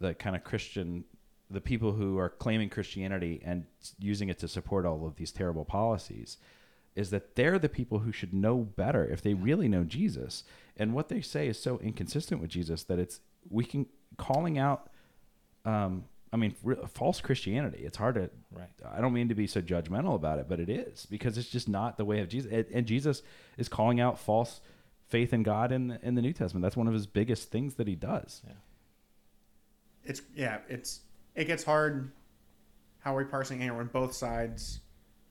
Speaker 4: the kind of Christian, the people who are claiming Christianity and s- using it to support all of these terrible policies, is that they're the people who should know better if they really know Jesus. And what they say is so inconsistent with Jesus that it's we can calling out um, I mean, re- false Christianity. It's hard to.
Speaker 3: Right.
Speaker 4: I don't mean to be so judgmental about it, but it is because it's just not the way of Jesus. And, and Jesus is calling out false faith in God in the, in the New Testament. That's one of his biggest things that he does.
Speaker 1: it's yeah, it's it gets hard. How are we parsing here when both sides?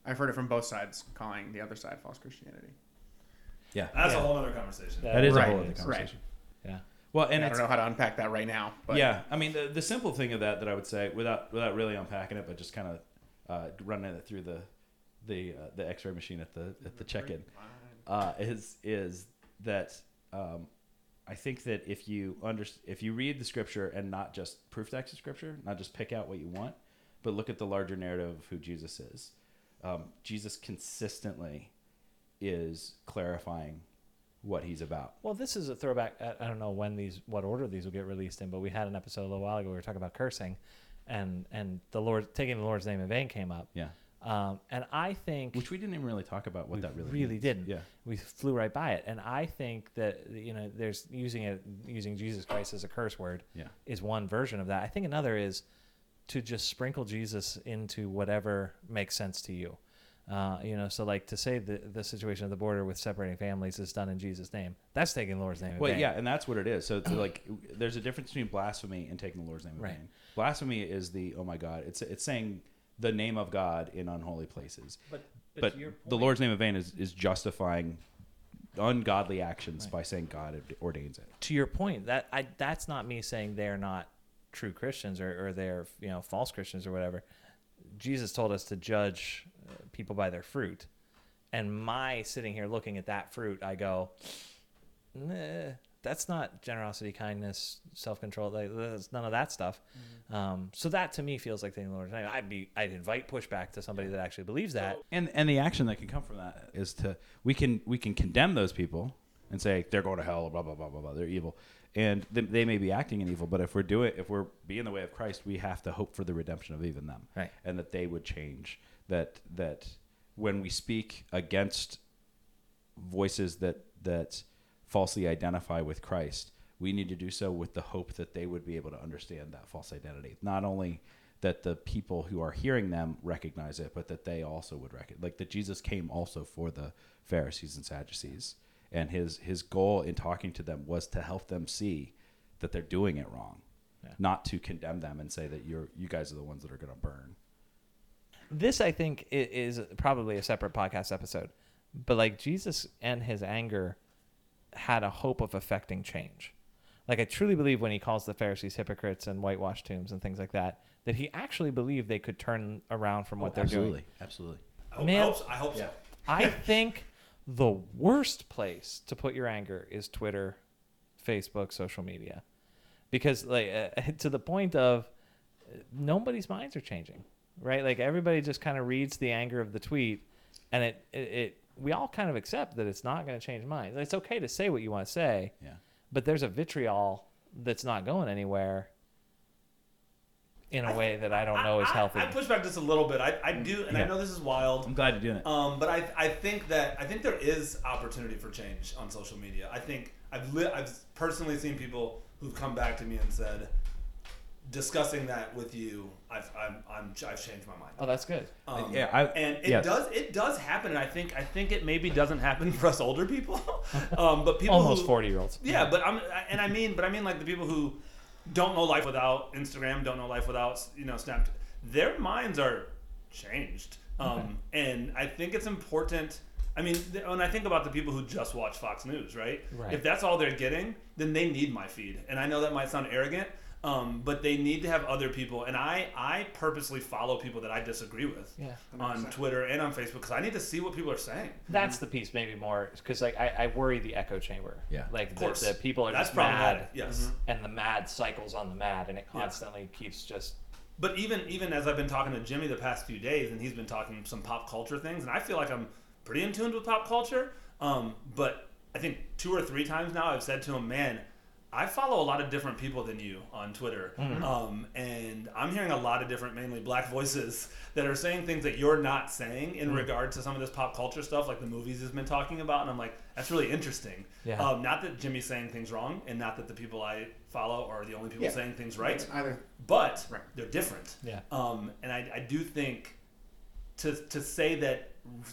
Speaker 1: I've heard it from both sides calling the other side false Christianity.
Speaker 4: Yeah,
Speaker 2: That's a whole other conversation.
Speaker 4: that is
Speaker 1: Right,
Speaker 4: a whole other
Speaker 1: right.
Speaker 4: conversation.
Speaker 3: Yeah.
Speaker 4: Well, and
Speaker 1: I
Speaker 4: it's,
Speaker 1: don't know how to unpack that right now, but
Speaker 4: yeah, I mean the, the simple thing of that that I would say without without really unpacking it, but just kind of uh, running it through the the uh, the X ray machine at the at the check in uh, is is that um, I think that if you under if you read the scripture and not just proof text of scripture, not just pick out what you want, but look at the larger narrative of who Jesus is. Um, Jesus consistently is clarifying what he's about.
Speaker 3: Well, this is a throwback. I- I don't know when these, what order these will get released in, but we had an episode a little while ago. We were talking about cursing, and and the Lord taking the Lord's name in vain came up.
Speaker 4: Yeah,
Speaker 3: Um, and I think
Speaker 4: which we didn't even really talk about what that really
Speaker 3: really
Speaker 4: means.
Speaker 3: didn't.
Speaker 4: Yeah.
Speaker 3: we flew right by it. And I think that you know, there's using it using Jesus Christ as a curse word.
Speaker 4: Yeah.
Speaker 3: is one version of that. I think another is to just sprinkle Jesus into whatever makes sense to you. Uh, you know, so like to say the the situation at the border with separating families is done in Jesus' name. That's taking the Lord's name. in
Speaker 4: Well,
Speaker 3: vain.
Speaker 4: yeah, and that's what it is. So, it's like, there's a difference between blasphemy and taking the Lord's name in
Speaker 3: Right.
Speaker 4: vain. Blasphemy is the oh my God. It's it's saying the name of God in unholy places. But
Speaker 6: but to your
Speaker 4: the Lord's name in vain is is justifying ungodly actions by saying God ordains it.
Speaker 3: to your point that I that's not me saying they're not true Christians or, or they're you know false Christians or whatever. Jesus told us to judge uh, people by their fruit, and my sitting here looking at that fruit, I go, nah, that's not generosity, kindness, self control. Like, that's none of that stuff. Um, so that to me feels like taking the Lord's name. I'd be I'd invite pushback to somebody that actually believes that.
Speaker 4: And and the action that can come from that is to we can we can condemn those people and say they're going to hell, blah blah blah blah blah, they're evil, and they, they may be acting in evil. But if we're doing if we're being the way of Christ, we have to hope for the redemption of even them,
Speaker 3: Right.
Speaker 4: And that they would change. That that when we speak against voices that that falsely identify with Christ, we need to do so with the hope that they would be able to understand that false identity. Not only that the people who are hearing them recognize it, but that they also would recognize, like that Jesus came also for the Pharisees and Sadducees, and his his goal in talking to them was to help them see that they're doing it wrong, not to condemn them and say that you're you guys are the ones that are going to burn.
Speaker 3: this i think i- is probably a separate podcast episode but like jesus and his anger had a hope of affecting change like i truly believe when he calls the pharisees hypocrites and whitewashed tombs and things like that that he actually believed they could turn around from what they're
Speaker 4: Oh, absolutely,
Speaker 3: doing
Speaker 4: absolutely.
Speaker 2: I hope,
Speaker 3: Man.
Speaker 2: I hope so. I hope so.
Speaker 3: i think the worst place to put your anger is twitter facebook social media because like uh, to the point of uh, nobody's minds are changing right like everybody just kind of reads the anger of the tweet and it, it, it we all kind of accept that it's not going to change minds it's okay to say what you want to say
Speaker 4: Yeah.
Speaker 3: but there's a vitriol that's not going anywhere in a way that i don't know is
Speaker 2: I-
Speaker 3: healthy
Speaker 2: I, I push back just a little bit. I, I do, and I
Speaker 4: Yeah.
Speaker 2: know this is wild.
Speaker 4: I'm glad you're doing it.
Speaker 2: Um, but I, I think that I think there is opportunity for change on social media. I think I've li- I've personally seen people who've come back to me and said, discussing that with you, I've I'm, I'm I've changed my mind.
Speaker 3: oh that's good
Speaker 2: Um,
Speaker 4: Yeah, I-
Speaker 2: and it
Speaker 4: yes.
Speaker 2: does it does happen, and I think I think it maybe doesn't happen for us older people, um, but people
Speaker 3: almost
Speaker 2: who-
Speaker 3: 40 year olds
Speaker 2: yeah, but I'm I- and I mean, but I mean like the people who don't know life without Instagram, don't know life without you know Snapchat. Their minds are changed, um, and I think it's important. I mean, th- when I think about the people who just watch Fox News, right?
Speaker 3: Right.
Speaker 2: If that's all they're getting, then they need my feed, and I know that might sound arrogant. Um, but they need to have other people, and I, I purposely follow people that I disagree with
Speaker 3: Yeah.
Speaker 2: on Twitter and on Facebook because I need to see what people are saying.
Speaker 3: That's the piece, maybe more, because like I, I worry the echo chamber.
Speaker 4: Yeah.
Speaker 3: like
Speaker 2: Of
Speaker 3: the,
Speaker 2: course,
Speaker 3: the people are
Speaker 2: that's
Speaker 3: just
Speaker 2: problematic.
Speaker 3: mad, Mm-hmm.
Speaker 2: Yes,
Speaker 3: and the mad cycles on the mad, and it constantly keeps just.
Speaker 2: But even even as I've been talking to Jimmy the past few days, and he's been talking some pop culture things, and I feel like I'm pretty in tune with pop culture. Um, but I think two or three times now I've said to him, "Man, I follow a lot of different people than you on Twitter, um, and I'm hearing a lot of different, mainly black voices that are saying things that you're not saying in regard to some of this pop culture stuff, like the movies has been talking about. And I'm like, that's really interesting.
Speaker 5: Yeah.
Speaker 2: Um, not that Jimmy's saying things wrong, and not that the people I follow are the only people
Speaker 1: Yeah.
Speaker 2: saying things right,
Speaker 1: Either
Speaker 2: but
Speaker 1: Right.
Speaker 2: they're different.
Speaker 5: Yeah.
Speaker 2: Um, and I, I do think to to say that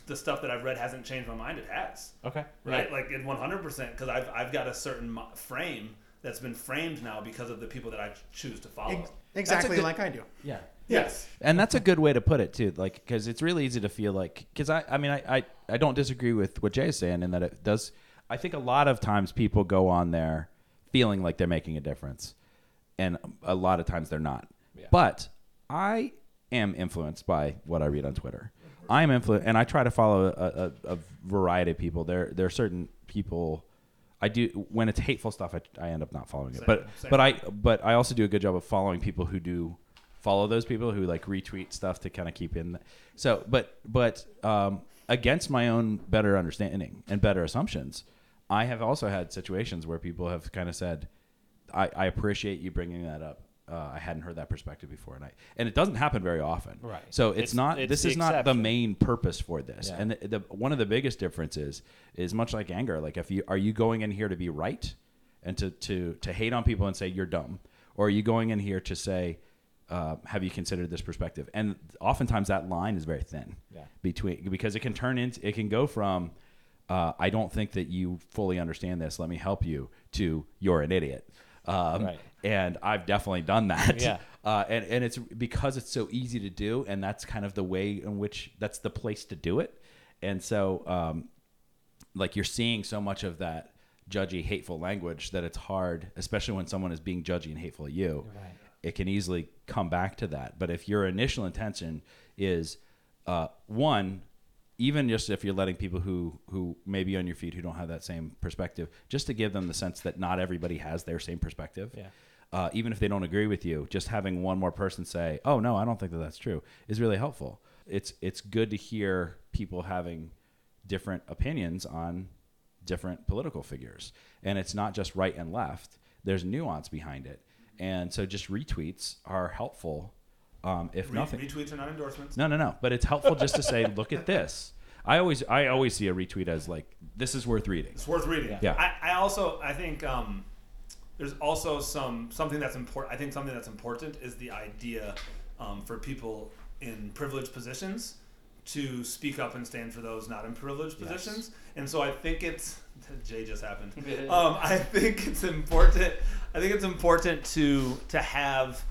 Speaker 2: the stuff that I've read hasn't changed my mind, it has
Speaker 5: Okay.
Speaker 2: right? Like in 100% because I've, I've got a certain mo- frame that's been framed now because of the people that I choose to follow.
Speaker 1: ex- exactly
Speaker 4: good-
Speaker 1: like I do.
Speaker 4: Yeah.
Speaker 2: yes.
Speaker 4: And that's a good way to put it too, like because it's really easy to feel like because I I mean I, I I don't disagree with what Jay is saying in that it does. I think a lot of times people go on there feeling like they're making a difference, and a lot of times they're not. But I am influenced by what I read on Twitter. I'm influenced, and I try to follow a, a, a variety of people. There there are certain people. I do when it's hateful stuff. I, I end up not following it, but
Speaker 2: same.
Speaker 4: but I but I also do a good job of following people who do follow those people who like retweet stuff to kind of keep in. So, but but um, against my own better understanding and better assumptions, I have also had situations where people have kind of said, I, "I appreciate you bringing that up. Uh, I hadn't heard that perspective before," and I and it doesn't happen very often.
Speaker 5: Right.
Speaker 4: So it's,
Speaker 5: It's-
Speaker 4: not.
Speaker 5: it's
Speaker 4: this
Speaker 5: the
Speaker 4: is not the
Speaker 5: exception.
Speaker 4: main purpose for this.
Speaker 5: Yeah.
Speaker 4: And the, the one of the biggest differences is much like anger. Like if you are you going in here to be right and to to to hate on people and say you're dumb, or are you going in here to say uh, have you considered this perspective? And oftentimes that line is very thin
Speaker 5: Yeah.
Speaker 4: between because it can turn into it can go from uh, I don't think that you fully understand this. Let me help you. To you're an idiot. Um,
Speaker 5: Right.
Speaker 4: And I've definitely done that.
Speaker 5: Yeah.
Speaker 4: Uh, and, and it's because it's so easy to do, and that's kind of the way in which that's the place to do it. And so, um, like, you're seeing so much of that judgy, hateful language that it's hard, especially when someone is being judgy and hateful at you. It can easily come back to that. But if your initial intention is uh, one, even just if you're letting people who who may be on your feed who don't have that same perspective, just to give them the sense that not everybody has their same perspective.
Speaker 5: Yeah.
Speaker 4: Uh, even if they don't agree with you, just having one more person say, "Oh no, I don't think that that's true," is really helpful. It's it's good to hear people having different opinions on different political figures, and it's not just right and left. There's nuance behind it, and so just retweets are helpful. Um, if
Speaker 2: Re-
Speaker 4: nothing,
Speaker 2: retweets are not endorsements.
Speaker 4: no, no, no. But it's helpful just to say, look at this. I always, I always see a retweet as like, this is worth reading.
Speaker 2: It's worth reading.
Speaker 4: Yeah.
Speaker 2: I, I also I think um, there's also some something that's important. I think something that's important is the idea um, for people in privileged positions to speak up and stand for those not in privileged positions. And so I think it's Jay just happened. um, I think it's important. I think it's important to to have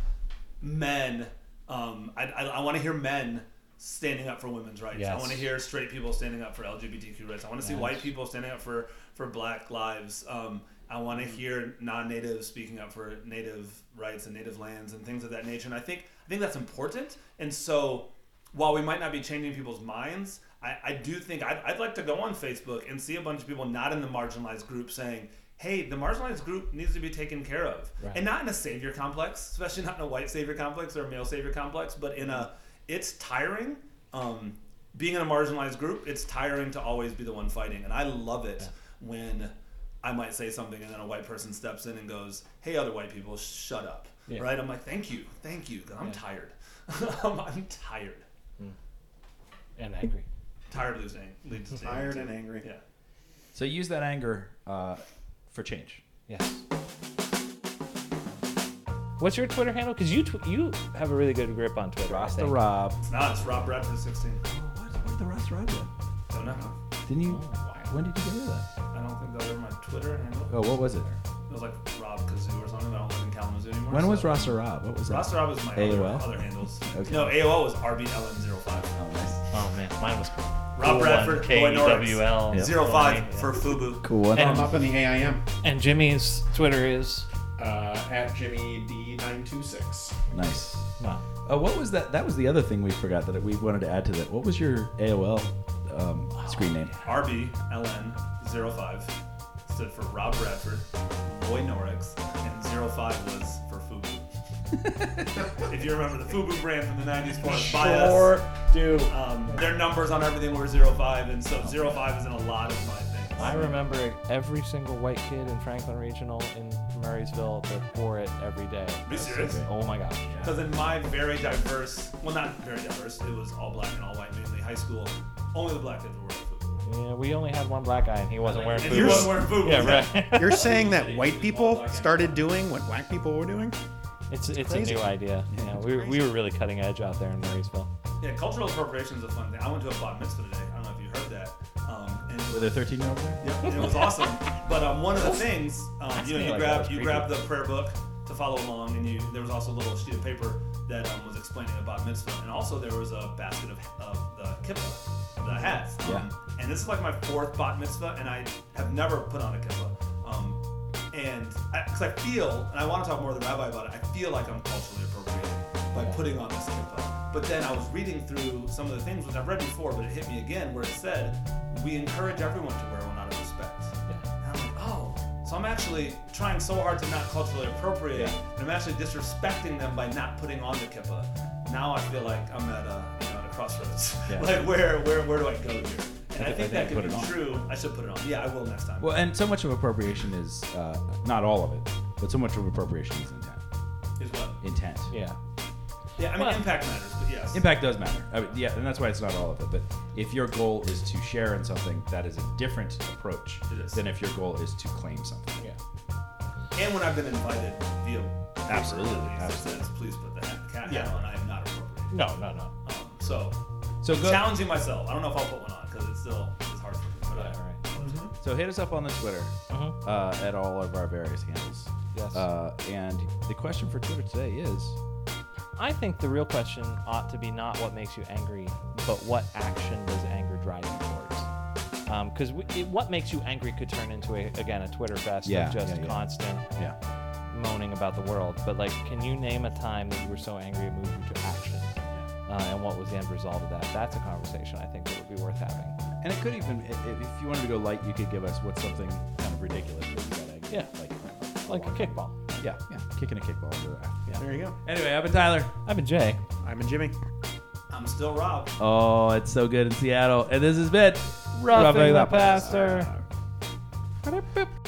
Speaker 2: men. Um, I, I, I want to hear men standing up for women's rights. I
Speaker 5: Yes.
Speaker 2: want to hear straight people standing up for LGBTQ rights. I want to see white people standing up for for Black lives. Um, I want to hear non-natives speaking up for Native rights and Native lands and things of that nature. And I think I think that's important. And so, while we might not be changing people's minds, I, I do think I'd, I'd like to go on Facebook and see a bunch of people not in the marginalized group saying. Hey, the marginalized group needs to be taken care of, and not in a savior complex, especially not in a white savior complex or a male savior complex, but in a it's tiring. Um, being in a marginalized group, it's tiring to always be the one fighting, and I love it when I might say something and then a white person steps in and goes, "Hey, other white people, shut up!"
Speaker 5: Yeah.
Speaker 2: Right? I'm like, "Thank you, thank you," 'cause I'm tired. I'm, I'm tired.
Speaker 5: And angry.
Speaker 2: Tired of losing. leads to-
Speaker 1: Tired and angry.
Speaker 2: Yeah.
Speaker 4: So use that anger uh, for change.
Speaker 5: Yes. What's your Twitter handle? Because you tw- you have a really good grip on Twitter. I
Speaker 4: Rasta
Speaker 5: think.
Speaker 4: Rob.
Speaker 2: It's not. It's Rob Bradford 16.
Speaker 4: What? What the Rasta Rob did?
Speaker 2: Don't know.
Speaker 4: Didn't you? When did you get rid of that?
Speaker 2: I don't think that was ever my Twitter handle.
Speaker 4: Oh, what was it?
Speaker 2: It was like Rob Kazoo or something. I don't live in Kalamazoo anymore.
Speaker 4: When was
Speaker 2: so-
Speaker 4: Rasta Rob? What was that?
Speaker 2: Roster Rob was my other,
Speaker 4: AOL?
Speaker 2: other handles.
Speaker 4: Okay.
Speaker 2: No, AOL was RBLN05.
Speaker 4: Oh, nice.
Speaker 5: Oh man, mine was
Speaker 2: Rob Bradford,
Speaker 3: E
Speaker 2: Boy
Speaker 5: KWL
Speaker 4: Yep.
Speaker 2: Zero five for Fubu.
Speaker 4: Cool one.
Speaker 1: I'm up in the AIM
Speaker 5: And Jimmy's Twitter is
Speaker 1: uh, at Jimmy D926.
Speaker 4: nice.
Speaker 5: wow.
Speaker 4: Uh, what was that? That was the other thing we forgot that we wanted to add to that. What was your AOL um, screen name?
Speaker 2: RBLN05 stood for Rob Bradford, Boy Norix, and 05 was for Fubu. if you remember the Fubu brand from the 90s, for us, by us,
Speaker 1: do.
Speaker 2: um, their numbers on everything were 05, and so 05 is in a lot of my things.
Speaker 5: I remember every single white kid in Franklin Regional in
Speaker 3: Murraysville. They're for it every day.
Speaker 2: Be serious.
Speaker 3: Oh my gosh.
Speaker 2: Because in my very diverse, well, not very diverse, it was all black and all white mainly high school, only the black kids were wearing food.
Speaker 3: Yeah, we only had one black guy, and he wasn't wearing
Speaker 2: And
Speaker 3: boots.
Speaker 2: you weren't wearing food.
Speaker 3: yeah, right.
Speaker 1: You're saying that white people started doing what black people were doing?
Speaker 3: it's it's
Speaker 1: crazy.
Speaker 3: a new idea. Yeah, we, were- we were really cutting edge out there in Murraysville.
Speaker 2: Yeah, cultural appropriation is a fun thing. I went to a bat mitzvah today. I don't know if you heard that. Um, and it
Speaker 4: Were
Speaker 2: was,
Speaker 4: there 13 year olds there?
Speaker 2: yeah, and it was awesome. But um, one of the things, um, you know,
Speaker 3: me
Speaker 2: you
Speaker 3: like that
Speaker 2: grab
Speaker 3: was
Speaker 2: you
Speaker 3: creepy.
Speaker 2: grab the prayer book to follow along, and you there was also a little sheet of paper that um, was explaining about mitzvah, and also there was a basket of, of the kippah, the hats. Um,
Speaker 4: Yeah.
Speaker 2: And this is like my fourth bat mitzvah, and I have never put on a kippah. Um, and because I, feel, and I want to talk more to the rabbi about it, I feel like I'm culturally appropriated by putting on this kippah. But then I was reading through some of the things which I've read before, but it hit me again where it said, "We encourage everyone to wear one out of respect."
Speaker 3: Yeah.
Speaker 2: And I'm like, oh. So I'm actually trying so hard to not culturally appropriate, and I'm actually disrespecting them by not putting on the kippah. Now I feel like I'm at a, you know, at a crossroads.
Speaker 4: Yeah.
Speaker 2: like, where, where, where do I go here? And I
Speaker 4: I
Speaker 2: think
Speaker 4: think
Speaker 2: that
Speaker 4: put
Speaker 2: could be
Speaker 4: it on.
Speaker 2: true. I should put it on. Yeah, I will next time.
Speaker 4: Well, and so much of appropriation is uh, not all of it, but so much of appropriation is intent.
Speaker 2: Is what?
Speaker 4: Intent.
Speaker 3: Yeah.
Speaker 2: Yeah, I mean,
Speaker 3: Well-
Speaker 2: impact matters, but yes.
Speaker 4: Impact does matter. I mean, yeah, and that's why it's not all of it. But if your goal is to share in something, that is a different approach
Speaker 2: It is.
Speaker 4: than if your goal is to claim something.
Speaker 3: Yeah.
Speaker 2: And when I've been invited via
Speaker 4: Absolutely,
Speaker 2: absolutely. Says, please put the hat, cat hat
Speaker 3: Yeah.
Speaker 2: on. I am not appropriate.
Speaker 3: No, no, no.
Speaker 2: Um, so,
Speaker 4: So go.
Speaker 2: challenging myself. I don't know if I'll put one on because it's still it's hard for me. But
Speaker 3: Yeah,
Speaker 2: I,
Speaker 3: right.
Speaker 4: So hit us up on the Twitter
Speaker 3: Mhm.
Speaker 4: uh, at all of our various handles.
Speaker 3: Yes.
Speaker 4: Uh, and the question for Twitter today is
Speaker 3: I think the real question ought to be not what makes you angry, but what action does anger drive you towards? Because it what makes you angry could turn into a, again a Twitter fest
Speaker 4: Yeah,
Speaker 3: of just
Speaker 4: yeah, yeah.
Speaker 3: constant
Speaker 4: yeah.
Speaker 3: moaning about the world. But like, can you name a time that you were so angry it moved you to action, uh, and what was the end result of that? That's a conversation I think that would be worth having.
Speaker 4: And it could even, i- i- if you wanted to go light, you could give us what's something kind of ridiculous that you got angry
Speaker 3: Yeah.
Speaker 4: at,
Speaker 3: Like a kickball.
Speaker 4: Like, yeah, yeah. Kicking a kickball into the Yeah.
Speaker 1: There you go.
Speaker 4: Anyway, I've been Tyler.
Speaker 3: I've been Jay.
Speaker 1: I'm a Jimmy.
Speaker 2: I'm still robbed.
Speaker 4: Oh, it's so good in Seattle. And this has been
Speaker 3: Roughing the
Speaker 4: Passer.
Speaker 3: passer.